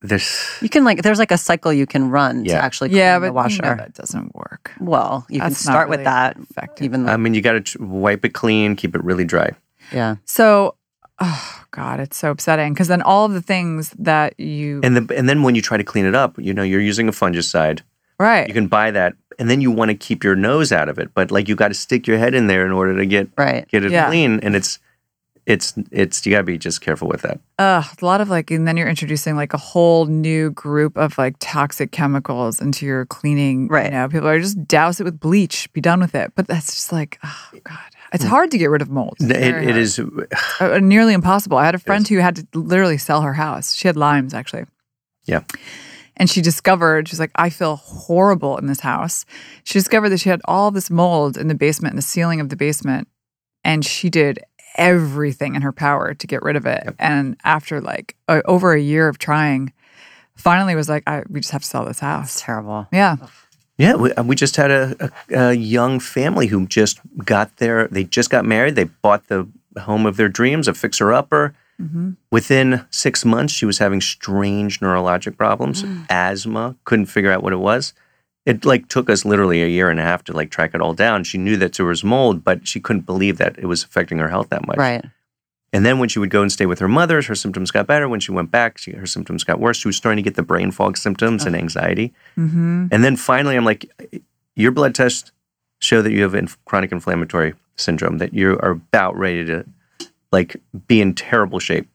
Speaker 1: this.
Speaker 5: You can like there's like a cycle you can run
Speaker 1: Yeah.
Speaker 5: to actually clean
Speaker 4: yeah,
Speaker 5: the
Speaker 4: but
Speaker 5: washer.
Speaker 4: no, that doesn't work.
Speaker 5: Well, you can
Speaker 4: That's not
Speaker 5: start
Speaker 4: really
Speaker 5: with that.
Speaker 4: effective.
Speaker 5: Even
Speaker 1: I mean, you got to tr- wipe it clean, keep it really dry.
Speaker 5: yeah,
Speaker 4: So, oh god, it's so upsetting because then all of the things that you
Speaker 1: And the, and then when you try to clean it up, you know, you're using a fungicide.
Speaker 4: right
Speaker 1: You can buy that, and then you want to keep your nose out of it, but like you got to stick your head in there in order to get
Speaker 5: right.
Speaker 1: get it
Speaker 4: Yeah.
Speaker 1: clean. And it's it's it's you got to be just careful with that.
Speaker 4: Ugh, a lot of like, and then you're introducing like a whole new group of like toxic chemicals into your cleaning. You
Speaker 6: Right.
Speaker 4: know, people are just douse it with bleach, be done with it. But that's just like, oh god, it's hard to get rid of mold. It's
Speaker 1: Hmm. It,
Speaker 4: very
Speaker 1: it
Speaker 4: hard.
Speaker 1: is
Speaker 4: Uh, uh, nearly impossible. I had a friend
Speaker 1: is.
Speaker 4: who had to literally sell her house. She had limes actually.
Speaker 1: Yeah.
Speaker 4: And she discovered, she's like, I feel horrible in this house. She discovered that she had all this mold in the basement, in the ceiling of the basement. And she did everything in her power to get rid of it. And after like o- over a year of trying, finally was like, I, we just have to sell this
Speaker 5: It's
Speaker 4: house.
Speaker 5: terrible.
Speaker 4: Yeah.
Speaker 1: Yeah, we, we just had a, a, a young family who just got their, they just got married. They bought the home of their dreams, a fixer upper.
Speaker 4: Mhm.
Speaker 1: Within six months, she was having strange neurologic problems, asthma, couldn't figure out what it was. It like took us literally a year and a half to like track it all down. She knew that there was mold, but she couldn't believe that it was affecting her health that much.
Speaker 5: Right.
Speaker 1: And then when she would go and stay with her mother, her symptoms got better. When she went back, she, her symptoms got worse. She was starting to get the brain fog symptoms and anxiety.
Speaker 4: hmm
Speaker 1: And then finally, I'm like, your blood tests show that you have inf- chronic inflammatory syndrome, that you are about ready to like be in terrible shape.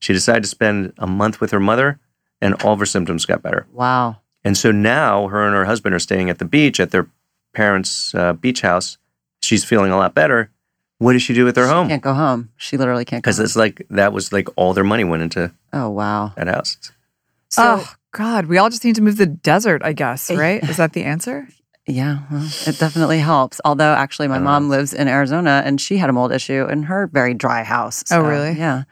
Speaker 1: She decided to spend a month with her mother, and all of her symptoms got better.
Speaker 5: Wow.
Speaker 1: And so now her and her husband are staying at the beach at their parents' uh, beach house. She's feeling a lot better. What does she do with her home?
Speaker 5: Can't go home. She literally can't. go
Speaker 1: Oh. Because
Speaker 5: home.
Speaker 1: it's like that was like all their money went into
Speaker 5: Oh wow.
Speaker 1: that house.
Speaker 5: So
Speaker 4: oh, God. We all just need to move to the desert, I guess, right? Is that the answer?
Speaker 5: yeah, well, it definitely helps. Although actually, my
Speaker 1: I don't
Speaker 5: mom lives in Arizona and she had a mold issue in her very dry house.
Speaker 4: Oh, really?
Speaker 5: Yeah.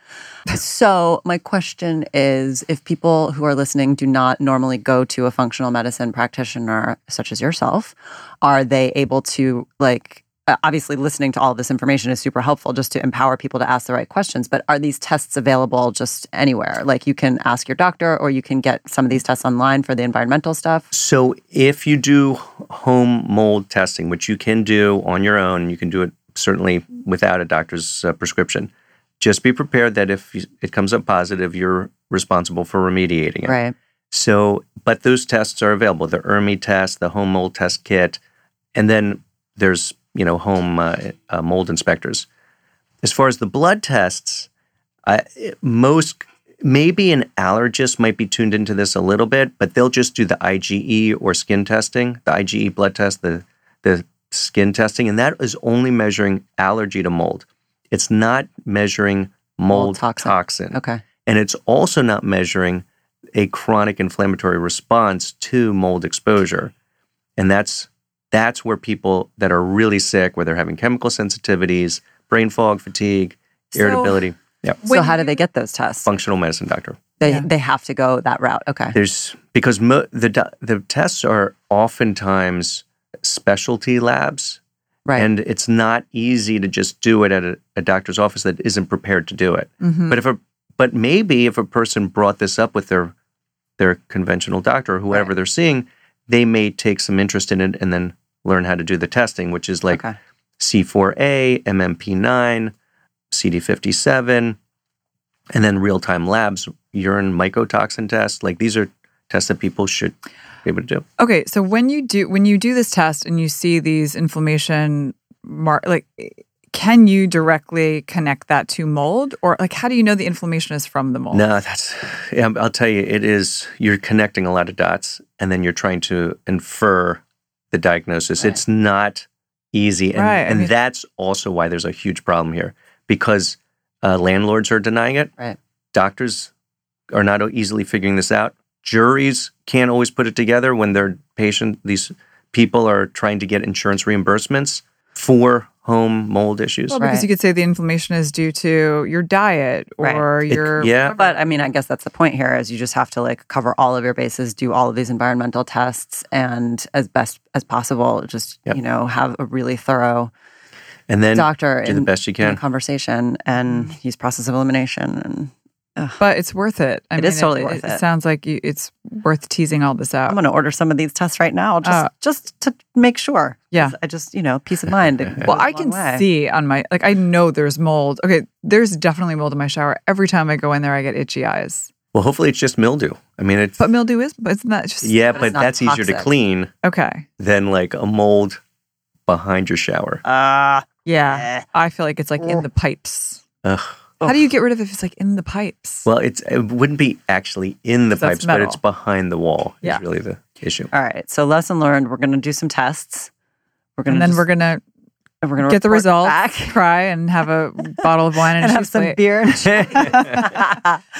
Speaker 5: so my question is, if people who are listening do not normally go to a functional medicine practitioner such as yourself, are they able to like uh, obviously listening to all this information is super helpful just to empower people to ask the right questions but are these tests available just anywhere like you can ask your doctor or you can get some of these tests online for the environmental stuff
Speaker 1: So if you do home mold testing, which you can do on your own, you can do it certainly without a doctor's uh, prescription. Just be prepared that if you- it comes up positive, you're responsible for remediating it.
Speaker 5: right
Speaker 1: So, but those tests are available: the ERMI test, the home mold test kit, and then there's you know home uh, uh, mold inspectors. As far as the blood tests, I, most maybe an allergist might be tuned into this a little bit, but they'll just do the IgE or skin testing, the IgE blood test, the the skin testing, and that is only measuring allergy to mold. It's not measuring mold,
Speaker 5: toxin.
Speaker 1: toxin
Speaker 5: okay
Speaker 1: and it's also not measuring a chronic inflammatory response to mold exposure and that's that's where people that are really sick where they're having chemical sensitivities brain fog fatigue
Speaker 4: So-
Speaker 1: irritability yeah
Speaker 5: so
Speaker 4: When
Speaker 5: how do
Speaker 4: you-
Speaker 5: they get those tests
Speaker 1: functional medicine doctor
Speaker 5: they
Speaker 7: Yeah.
Speaker 5: they have to go that route okay
Speaker 1: there's because mo- the do- the tests are oftentimes specialty labs
Speaker 5: right
Speaker 1: and it's not easy to just do it at a, a doctor's office that isn't prepared to do it
Speaker 5: Mm-hmm.
Speaker 4: Mhm.
Speaker 1: But if a but maybe if a person brought this up with their their conventional doctor or whoever
Speaker 5: Right.
Speaker 1: they're seeing, they may take some interest in it and then learn how to do the testing, which is like
Speaker 5: okay
Speaker 1: C4A, MMP9, CD57, and then real time labs, urine mycotoxin test. Like these are tests that people should be able to do.
Speaker 4: Okay, so when you do when you do this test and you see these inflammation mark like can you directly connect that to mold or like how do you know the inflammation is from the mold?
Speaker 1: No, that's, yeah, I'll tell you, it is, you're connecting a lot of dots and then you're trying to infer the diagnosis. It's not easy. And,
Speaker 4: Right, I
Speaker 1: and
Speaker 4: mean-
Speaker 1: that's also why there's a huge problem here because uh, landlords are denying it.
Speaker 5: Right.
Speaker 1: Doctors are not easily figuring this out. Juries can't always put it together when their patient, these people are trying to get insurance reimbursements for home mold issues.
Speaker 4: Well, because
Speaker 5: Right.
Speaker 4: you could say the inflammation is due to your diet
Speaker 7: Right.
Speaker 4: or
Speaker 1: It-
Speaker 4: your
Speaker 1: yeah.
Speaker 5: But I mean, I guess that's the point here is you just have to like cover all of your bases, do all of these environmental tests, and as best as possible, just
Speaker 1: Yep.
Speaker 5: you know have a really thorough
Speaker 1: And then
Speaker 5: doctor
Speaker 1: do
Speaker 5: in,
Speaker 1: the best you
Speaker 5: in the
Speaker 1: can.
Speaker 5: conversation and use process of elimination. And
Speaker 4: but it's worth it. I
Speaker 5: It is totally worth it.
Speaker 4: sounds like you, it's worth teasing all this
Speaker 5: I'm
Speaker 4: out.
Speaker 5: going to order some of these tests right now, just
Speaker 4: Uh,
Speaker 5: just to make sure.
Speaker 4: Yeah.
Speaker 5: 'Cause I just you know peace of mind. It
Speaker 4: Well,
Speaker 5: goes a
Speaker 4: I
Speaker 5: long
Speaker 4: can
Speaker 5: way.
Speaker 4: see on my like I know there's mold. Okay, there's definitely mold in my shower. Every time I go in there, I get itchy eyes.
Speaker 1: Well, hopefully it's just mildew. I mean, it's,
Speaker 4: But mildew is, but it's not just
Speaker 1: Yeah,
Speaker 5: But
Speaker 1: but
Speaker 5: it's not
Speaker 1: that's easier to
Speaker 5: toxic.
Speaker 1: clean
Speaker 4: okay.
Speaker 1: than like a mold behind your shower.
Speaker 5: Ah,
Speaker 4: Yeah,
Speaker 5: eh.
Speaker 4: I feel like it's like in the pipes.
Speaker 1: Ugh.
Speaker 4: How do you get rid of it if it's like in the pipes?
Speaker 1: Well, it's it wouldn't be actually in the
Speaker 4: That's
Speaker 1: pipes, but
Speaker 4: metal.
Speaker 1: it's behind the wall.
Speaker 4: Yeah.
Speaker 1: is really the issue.
Speaker 5: all right. So lesson learned. We're going to do some tests. We're going
Speaker 4: and
Speaker 5: to
Speaker 4: then we're gonna
Speaker 5: we're going to
Speaker 4: get the results,
Speaker 5: back
Speaker 4: cry, and have a bottle of wine and,
Speaker 5: and
Speaker 4: a
Speaker 5: have
Speaker 4: cheese
Speaker 5: some
Speaker 4: plate.
Speaker 5: beer and cheese.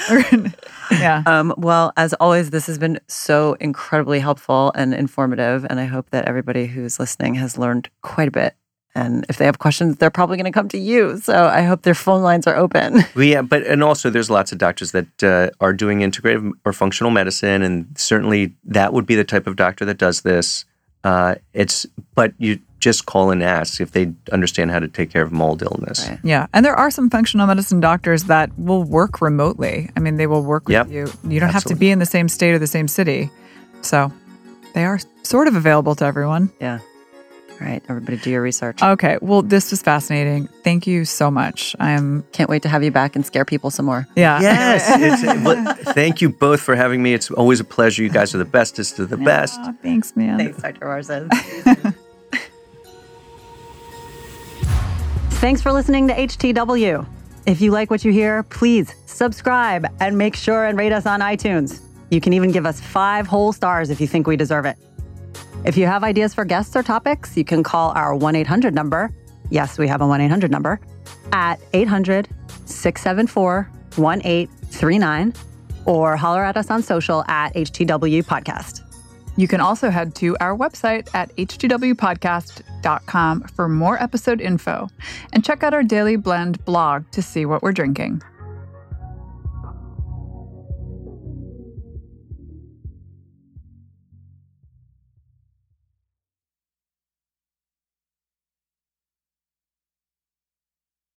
Speaker 4: We're gonna- yeah.
Speaker 5: Um, well, as always, this has been so incredibly helpful and informative. And I hope that everybody who's listening has learned quite a bit. And if they have questions, they're probably going to come to you. So I hope their phone lines are open.
Speaker 1: Well, yeah, but and also there's lots of doctors that uh, are doing integrative or functional medicine, and certainly that would be the type of doctor that does this. Uh, it's but you just call and ask if they understand how to take care of mold illness.
Speaker 5: Right.
Speaker 4: Yeah. And there are some functional medicine doctors that will work remotely. I mean, they will work with
Speaker 1: Yep.
Speaker 4: you. You don't have to
Speaker 1: Absolutely.
Speaker 4: be in the same state or the same city. So they are sort of available to everyone.
Speaker 5: All right, everybody, do your research.
Speaker 4: Okay. Well, this was fascinating. Thank you so much. I'm,
Speaker 5: Can't wait to have you back and scare people some more.
Speaker 4: yeah.
Speaker 1: Yes, it's, well, thank you both for having me. It's always a pleasure. You guys are the bestest of the best.
Speaker 4: Aw, thanks, man.
Speaker 5: Thanks, Dr. Warzen.
Speaker 8: Thanks for listening to HTW. If you like what you hear, please subscribe and make sure and rate us on iTunes. You can even give us five whole stars if you think we deserve it.
Speaker 5: If you have ideas for guests or topics, you can call our 1 800 number. Yes, we have a 1 800 number at 800 674 1839 or holler at us on social at HTW Podcast.
Speaker 4: You can also head to our website at htwpodcast.com for more episode info and check out our Daily Blend blog to see what we're drinking.